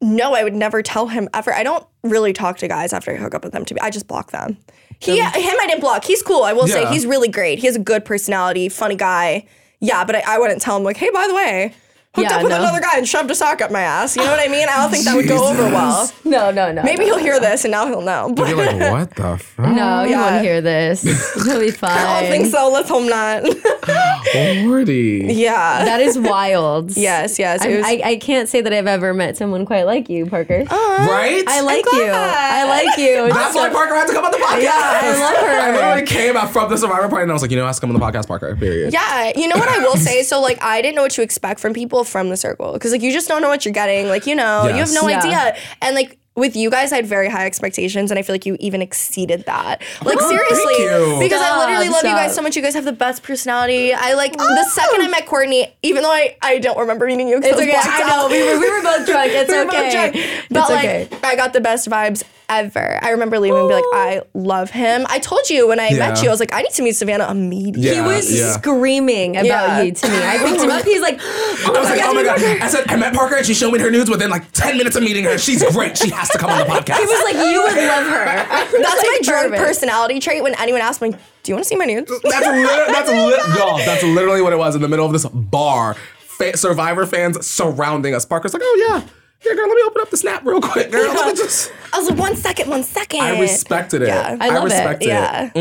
Speaker 5: No, I would never tell him ever. I don't really talk to guys after I hook up with them. To be, I just block them. He, him, I didn't block. He's cool. I will
Speaker 6: Yeah.
Speaker 5: say he's really great. He has a good personality, funny guy. Yeah, but I, I wouldn't tell him like, hey, by the way, hooked
Speaker 2: Yeah,
Speaker 5: up with
Speaker 2: no.
Speaker 5: another guy and shoved a sock up my ass. You know what I mean? I don't think that would go over well.
Speaker 2: No, no, no.
Speaker 5: Maybe he'll hear this and now he'll know. But
Speaker 6: You're like, what the fuck?
Speaker 2: No, he
Speaker 5: Oh, Yeah.
Speaker 2: won't hear this. He'll be fine.
Speaker 5: I don't think so. Let's hope not.
Speaker 6: Lordy.
Speaker 5: yeah.
Speaker 2: That is wild.
Speaker 5: yes. Yes. It
Speaker 2: I'm-
Speaker 5: was,
Speaker 2: I, I can't say that I've ever met someone quite like you, Parker.
Speaker 5: Oh,
Speaker 6: Right?
Speaker 2: I like you. I like you.
Speaker 6: That's why Parker had to come on the podcast.
Speaker 2: I love her.
Speaker 6: I literally came out from the Survivor party and I was like, you know, has to come on the podcast, Parker. Period.
Speaker 5: yeah, you know what I will say? So, like, I didn't know what to expect from people from the circle because, like, you just don't know what you're getting. Like, you know, you have no
Speaker 2: Yes. Yeah.
Speaker 5: idea. And, like, with you guys, I had very high expectations, and I feel like you even exceeded that. Like, seriously,
Speaker 6: Oh, you.
Speaker 5: because I literally
Speaker 2: Stop,
Speaker 5: love you
Speaker 2: stop.
Speaker 5: guys so much. You guys have the best personality. I, like,
Speaker 6: Oh.
Speaker 5: the second I met Courtney, even though I, I don't remember meeting you, 'cause
Speaker 2: It's
Speaker 5: I was
Speaker 2: okay.
Speaker 5: blacked
Speaker 2: I know.
Speaker 5: out.
Speaker 2: We were, we were both drunk. It's
Speaker 5: We were both
Speaker 2: okay.
Speaker 5: drunk. But
Speaker 2: it's
Speaker 5: like,
Speaker 2: okay.
Speaker 5: I got the best vibes ever. I remember leaving and be like, I love him. I told you when I met
Speaker 6: Yeah.
Speaker 5: you, I was like, I need to meet Savannah immediately.
Speaker 6: Yeah,
Speaker 2: He was
Speaker 6: yeah.
Speaker 2: screaming about
Speaker 5: Yeah.
Speaker 2: you to me. I picked him up. He's like,
Speaker 6: I was like, oh my god. I said, I met Parker and she showed me her nudes within like 10 minutes of meeting her. She's great. She has to come on the podcast.
Speaker 2: he was like, you would love her. I was
Speaker 5: That's
Speaker 2: like,
Speaker 5: my drunk
Speaker 2: "Perfect."
Speaker 5: personality trait. When anyone asks me, "Do you want to see my nudes?"
Speaker 6: That's literally, that's, li- y'all, that's literally what it was in the middle of this bar. Fa- Survivor fans surrounding us. Parker's like, oh yeah, yeah, girl, let me open up the snap real quick, girl. Let me just.
Speaker 5: I was like, "One second, one second.
Speaker 6: I respected it. Mm,
Speaker 5: Yeah.
Speaker 2: I love it.
Speaker 6: respected
Speaker 5: Yeah,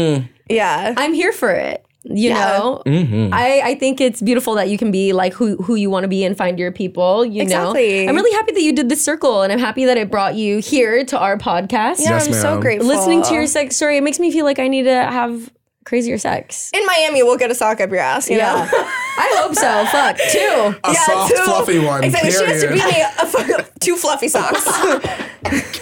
Speaker 5: yeah.
Speaker 2: I'm here for it. You
Speaker 5: Yeah.
Speaker 2: know,
Speaker 6: Mm-hmm.
Speaker 2: I, I think it's beautiful that you can be like who who you want to be and find your people. You
Speaker 5: Exactly.
Speaker 2: know, I'm really happy that you did this circle, and I'm happy that it brought you here to our podcast.
Speaker 5: yeah,
Speaker 6: Yes,
Speaker 5: I'm so
Speaker 6: ma'am.
Speaker 5: grateful.
Speaker 2: Listening to your sex story, it makes me feel like I need to have crazier sex.
Speaker 5: in Miami, we'll get a sock up your ass. You
Speaker 2: Yeah,
Speaker 5: know.
Speaker 2: I hope so. Fuck two.
Speaker 6: A soft,
Speaker 5: two-
Speaker 6: fluffy one.
Speaker 5: Exactly.
Speaker 6: Period.
Speaker 5: She has to be me a fucking- two fluffy socks.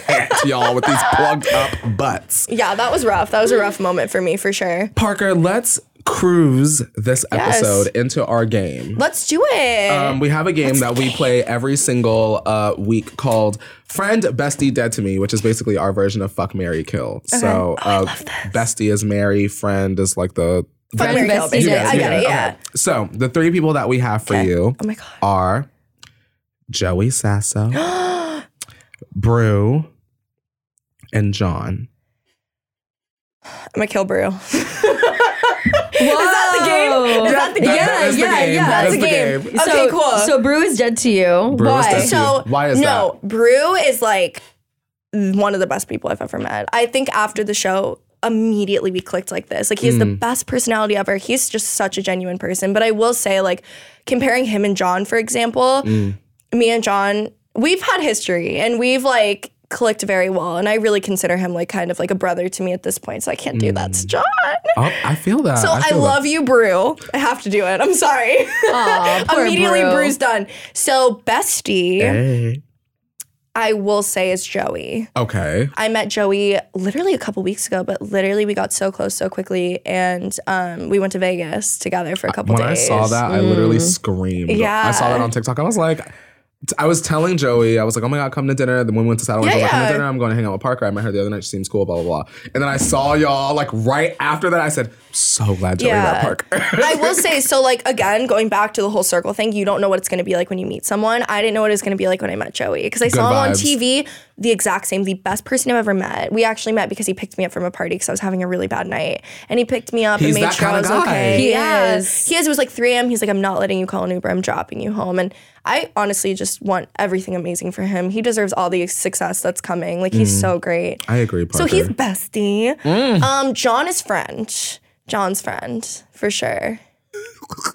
Speaker 6: Cat, y'all, with these plugged up butts.
Speaker 5: yeah, that was rough. That was a rough moment for me for sure.
Speaker 6: Parker, let's cruise this
Speaker 5: Yes.
Speaker 6: episode into our game.
Speaker 5: Let's do it.
Speaker 6: Um, we have a game that we play every single uh, week called Friend Bestie Dead to Me, which is basically our version of Fuck Mary Kill. So
Speaker 5: Oh,
Speaker 6: uh, Bestie is Mary, Friend is like the.
Speaker 5: Fuck Mary Kill,
Speaker 2: Bestie
Speaker 5: bitch.
Speaker 6: You
Speaker 2: Dead.
Speaker 6: guys
Speaker 5: I
Speaker 6: get
Speaker 5: get it.
Speaker 6: it.
Speaker 5: Yeah.
Speaker 6: Okay. So the three people that we have for you
Speaker 5: Oh my god.
Speaker 6: are Joey Sasso, Brew, and John.
Speaker 5: I'm a kill brew.
Speaker 2: Is that
Speaker 5: the game? Is that the game?
Speaker 6: That- that is the
Speaker 2: yeah,
Speaker 6: game.
Speaker 2: yeah.
Speaker 6: That
Speaker 2: That's
Speaker 6: is
Speaker 2: a
Speaker 6: the
Speaker 5: game.
Speaker 6: game.
Speaker 5: Okay,
Speaker 2: so,
Speaker 5: cool.
Speaker 2: So brew is dead to you.
Speaker 6: Brew is
Speaker 2: Why?
Speaker 6: dead to you.
Speaker 5: So
Speaker 6: Why is
Speaker 5: no, Brew is like one of the best people I've ever met. I think after the show, immediately we clicked like this. Like he's
Speaker 6: Hmm.
Speaker 5: the best personality ever. He's just such a genuine person. But I will say, like comparing him and John, for example,
Speaker 6: Hmm.
Speaker 5: me and John, we've had history and we've like clicked very well. And I really consider him like kind of like a brother to me at this point. So I can't do that to John.
Speaker 6: Oh, I feel that.
Speaker 5: So I,
Speaker 6: feel that.
Speaker 5: love you, Brew. I have to do it. I'm sorry.
Speaker 2: Aw, poor
Speaker 5: Immediately,
Speaker 2: Brew.
Speaker 5: Brew's done. So bestie.
Speaker 6: Hey.
Speaker 5: I will say is Joey.
Speaker 6: Okay.
Speaker 5: I met Joey literally a couple weeks ago, but literally we got so close so quickly, and um, we went to Vegas together for a couple
Speaker 6: Uh, when
Speaker 5: days. Mm.
Speaker 6: I saw that, I literally screamed.
Speaker 5: Yeah.
Speaker 6: I saw that on TikTok. I was like, I was telling Joey, I was like, oh my God, come to dinner. Then we went to Saturday. I was
Speaker 5: Yeah,
Speaker 6: like, come to
Speaker 5: yeah.
Speaker 6: dinner. I'm going to hang out with Parker. I met her the other night. She seems cool, blah, blah, blah. And then I saw y'all, like, right after that, I said, so glad Joey yeah. Parker.
Speaker 5: I will say, so like again, going back to the whole circle thing, you don't know what it's gonna be like when you meet someone. I didn't know what it was gonna be like when I met Joey. Because I saw him on
Speaker 6: vibes.
Speaker 5: TV, the exact same, the best person I've ever met. We actually met because he picked me up from a party because I was having a really bad night. And he picked me up
Speaker 6: He's
Speaker 5: and made
Speaker 6: that
Speaker 5: sure I
Speaker 6: kinda
Speaker 5: was
Speaker 6: guy.
Speaker 5: okay.
Speaker 6: He
Speaker 5: yeah.
Speaker 2: is.
Speaker 5: He is. It was like 3 a.m. He's like, I'm not letting you call an Uber, I'm dropping you home. And I honestly just want everything amazing for him. He deserves all the success that's coming. Like he's so great.
Speaker 6: I agree, Parker.
Speaker 5: So he's bestie. Um, John is friend. John's friend for sure.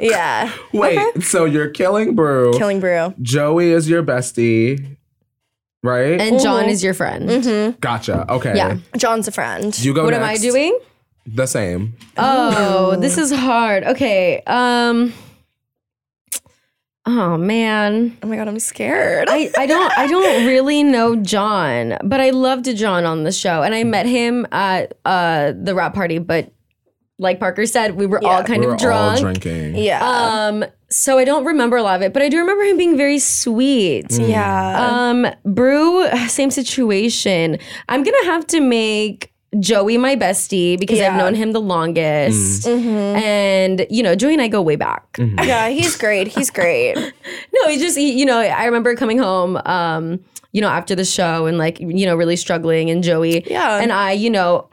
Speaker 5: Yeah,
Speaker 6: Wait, so you're killing Brew.
Speaker 5: killing brew.
Speaker 6: Joey is your bestie, right?
Speaker 2: And John is your friend.
Speaker 5: Mm-hmm.
Speaker 6: gotcha. Okay.
Speaker 2: Yeah.
Speaker 5: John's a friend.
Speaker 6: You go
Speaker 2: What am I
Speaker 6: next.
Speaker 2: doing?
Speaker 6: The same.
Speaker 2: Oh, this is hard. Okay. Um. Oh man,
Speaker 5: oh my god, I'm scared.
Speaker 2: I, I don't I don't really know John, but I loved John on the show, and I met him at uh the rap party. But like Parker said, we were all kind
Speaker 6: we were
Speaker 2: of drunk.
Speaker 6: all drinking.
Speaker 5: yeah,
Speaker 2: Um, so I don't remember a lot of it, but I do remember him being very sweet.
Speaker 5: yeah.
Speaker 2: Um, Brew, same situation. I'm gonna have to make Joey my bestie because I've
Speaker 5: Yeah. Mm. Mm-hmm.
Speaker 2: known him the longest, and you know, Joey and I go way back.
Speaker 5: yeah, he's great. He's great.
Speaker 2: No, he just, he, you know, I remember coming home, um, you know, after the show and like, you know, really struggling and Joey.
Speaker 5: Yeah.
Speaker 2: And I, you know,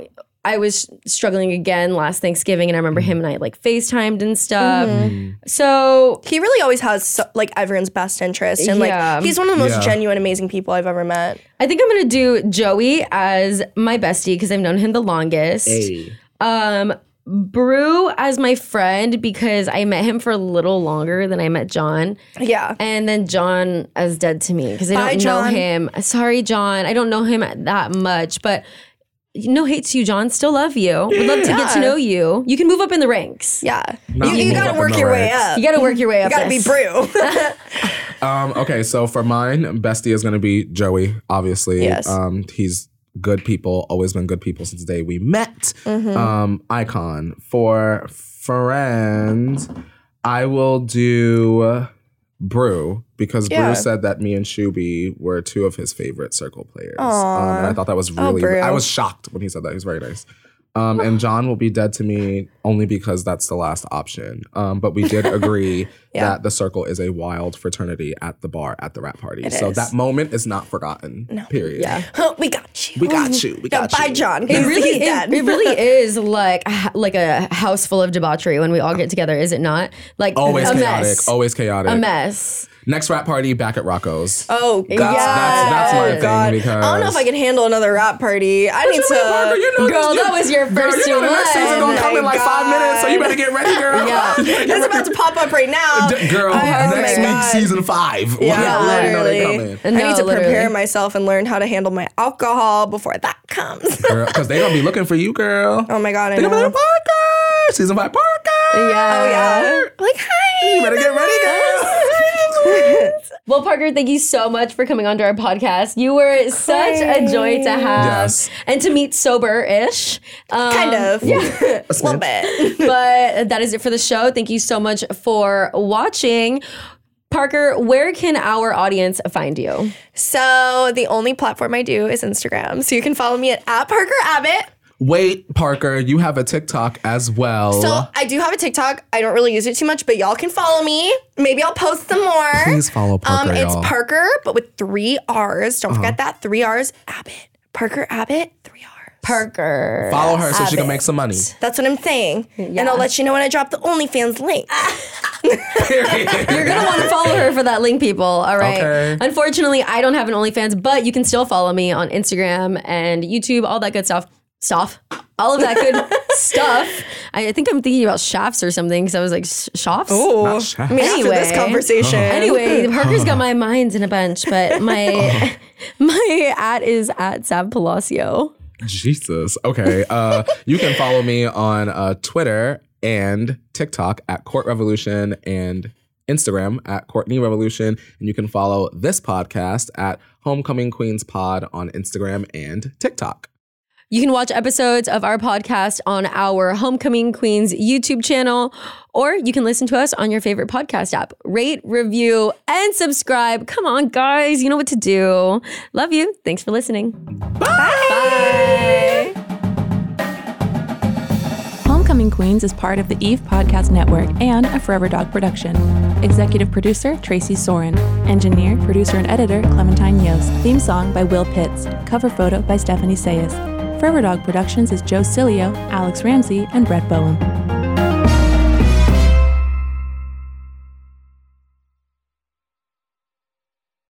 Speaker 2: I was struggling again last Thanksgiving and I
Speaker 5: Mm-hmm.
Speaker 2: remember him and I like FaceTimed and stuff. So
Speaker 5: He really always has so, like everyone's best interest, and like
Speaker 2: Yeah.
Speaker 5: he's one of the most
Speaker 6: Yeah.
Speaker 5: genuine, amazing people I've ever met.
Speaker 2: I think I'm gonna do Joey as my bestie because I've known him the longest. Um, Brew as my friend because I met him for a little longer than I met John.
Speaker 5: Yeah,
Speaker 2: And then John as dead to me because I
Speaker 5: Bye,
Speaker 2: don't know
Speaker 5: John.
Speaker 2: him. Sorry, John. I don't know him that much, but no hate to you, John. Still love you. Would love to get to know you. You can move up in the ranks.
Speaker 5: yeah. You,
Speaker 6: Not
Speaker 5: you
Speaker 6: moving up
Speaker 5: gotta
Speaker 6: in
Speaker 5: work
Speaker 6: the
Speaker 5: your way
Speaker 6: ranks.
Speaker 5: up.
Speaker 2: You got to work your way up.
Speaker 5: You gotta be
Speaker 2: this.
Speaker 5: brew.
Speaker 6: Um, okay, so for mine, bestie is gonna be Joey, obviously.
Speaker 5: Yes.
Speaker 6: Um, he's good people, always been good people since the day we met.
Speaker 5: Mm-hmm.
Speaker 6: Um, icon. For friends, I will do Brew because
Speaker 5: Yeah.
Speaker 6: Brew said that me and Shuby were two of his favorite circle players. Um,
Speaker 5: Aw. Oh,
Speaker 6: and I thought that was really
Speaker 5: Brew.
Speaker 6: I was shocked when he said that. He was very nice. Um, and John will be dead to me only because that's the last option. Um, but we did agree
Speaker 5: Yeah.
Speaker 6: that the circle is a wild fraternity at the bar at the rap party.
Speaker 5: It
Speaker 6: so
Speaker 5: is.
Speaker 6: that moment is not forgotten. Period.
Speaker 2: Yeah.
Speaker 5: we got you.
Speaker 6: We got you. We
Speaker 5: Yeah,
Speaker 6: got
Speaker 5: bye,
Speaker 6: you.
Speaker 5: John.
Speaker 2: It really,
Speaker 5: he's dead.
Speaker 2: it, it really is like a h- like a house full of debauchery when we all get together, is it not? Like
Speaker 6: Always
Speaker 2: a
Speaker 6: chaotic.
Speaker 2: mess.
Speaker 6: Always chaotic.
Speaker 2: a mess.
Speaker 6: Next rap party back at Rocco's.
Speaker 5: Oh God!
Speaker 6: that's- that's my
Speaker 5: oh,
Speaker 6: thing
Speaker 5: God. I don't know
Speaker 6: because-
Speaker 5: if I can handle another rap party. I need to.
Speaker 6: mean, Parker? You know
Speaker 2: Girl,
Speaker 6: this-
Speaker 2: that was your
Speaker 6: Girl,
Speaker 2: first
Speaker 6: you know the next season
Speaker 2: one.
Speaker 6: gonna come in like five
Speaker 5: My
Speaker 6: minutes, so you better get ready, girl.
Speaker 2: Yeah.
Speaker 5: it's about to pop up right now.
Speaker 6: D- Girl,
Speaker 5: Oh, my
Speaker 6: next week,
Speaker 5: God.
Speaker 6: season five.
Speaker 5: Yeah,
Speaker 6: Already know they
Speaker 5: literally. I
Speaker 6: coming.
Speaker 5: need
Speaker 2: No,
Speaker 5: to
Speaker 2: literally.
Speaker 5: prepare myself and learn how to handle my alcohol before that comes.
Speaker 6: Because they're going to be looking for you, girl.
Speaker 5: oh my God! I
Speaker 6: They're going to be
Speaker 5: know.
Speaker 6: like, Parker! Season five,
Speaker 2: Yeah.
Speaker 6: Parker!
Speaker 5: Oh yeah. Like hi.
Speaker 6: You better get ready, girl.
Speaker 2: Well, Parker, thank you so much for coming onto our podcast. You were such a joy to have
Speaker 6: Yes.
Speaker 2: and to meet sober ish. Um,
Speaker 5: Kind of. Yeah. A little bit.
Speaker 2: but that is it for the show. Thank you so much for watching. Parker, where can our audience find you?
Speaker 5: So the only platform I do is Instagram. So you can follow me at, at Parker Abbott.
Speaker 6: Wait, Parker, you have a TikTok as well.
Speaker 5: So I do have a TikTok. I don't really use it too much, but y'all can follow me. Maybe I'll post some more.
Speaker 6: Please follow Parker,
Speaker 5: Um, it's
Speaker 6: y'all. Uh-huh.
Speaker 5: Parker, but with three R's. Don't forget that three R's. Abbott. Parker Abbott. Three R's.
Speaker 2: Parker.
Speaker 6: Follow her so she can make some money.
Speaker 5: That's what I'm saying. And I'll let you know when I drop the OnlyFans link.
Speaker 2: You're gonna want to follow her for that link, people. All right.
Speaker 6: Okay.
Speaker 2: Unfortunately, I don't have an OnlyFans, but you can still follow me on Instagram and YouTube, all that good stuff. Stuff. All of that good stuff. I think I'm thinking about shafts or something because I was like, "Sh- shafts?
Speaker 5: Oh, I mean, after this
Speaker 2: Anyway.
Speaker 5: conversation.
Speaker 2: Anyway, Parker's got my minds in a bunch, but my my at is at Sav Palacio.
Speaker 6: Jesus. Okay. Uh, you can follow me on uh, Twitter and TikTok at Court Revolution and Instagram at Courtney Revolution. And you can follow this podcast at Homecoming Queens Pod on Instagram and TikTok.
Speaker 2: You can watch episodes of our podcast on our Homecoming Queens YouTube channel, or you can listen to us on your favorite podcast app. Rate, review, and subscribe. Come on, guys. You know what to do. Love you. Thanks for listening. Bye. Bye.
Speaker 9: Homecoming
Speaker 6: Homecoming Queens is part of the Eve Podcast Network and a Forever Dog production. Executive producer Tracy Soren. Engineer, producer, and editor Clementine Yost. Theme song by Will Pitts. Cover photo by Stephanie Sayas. Forever Dog Productions is Joe Cilio, Alex Ramsey, and Brett Bowen.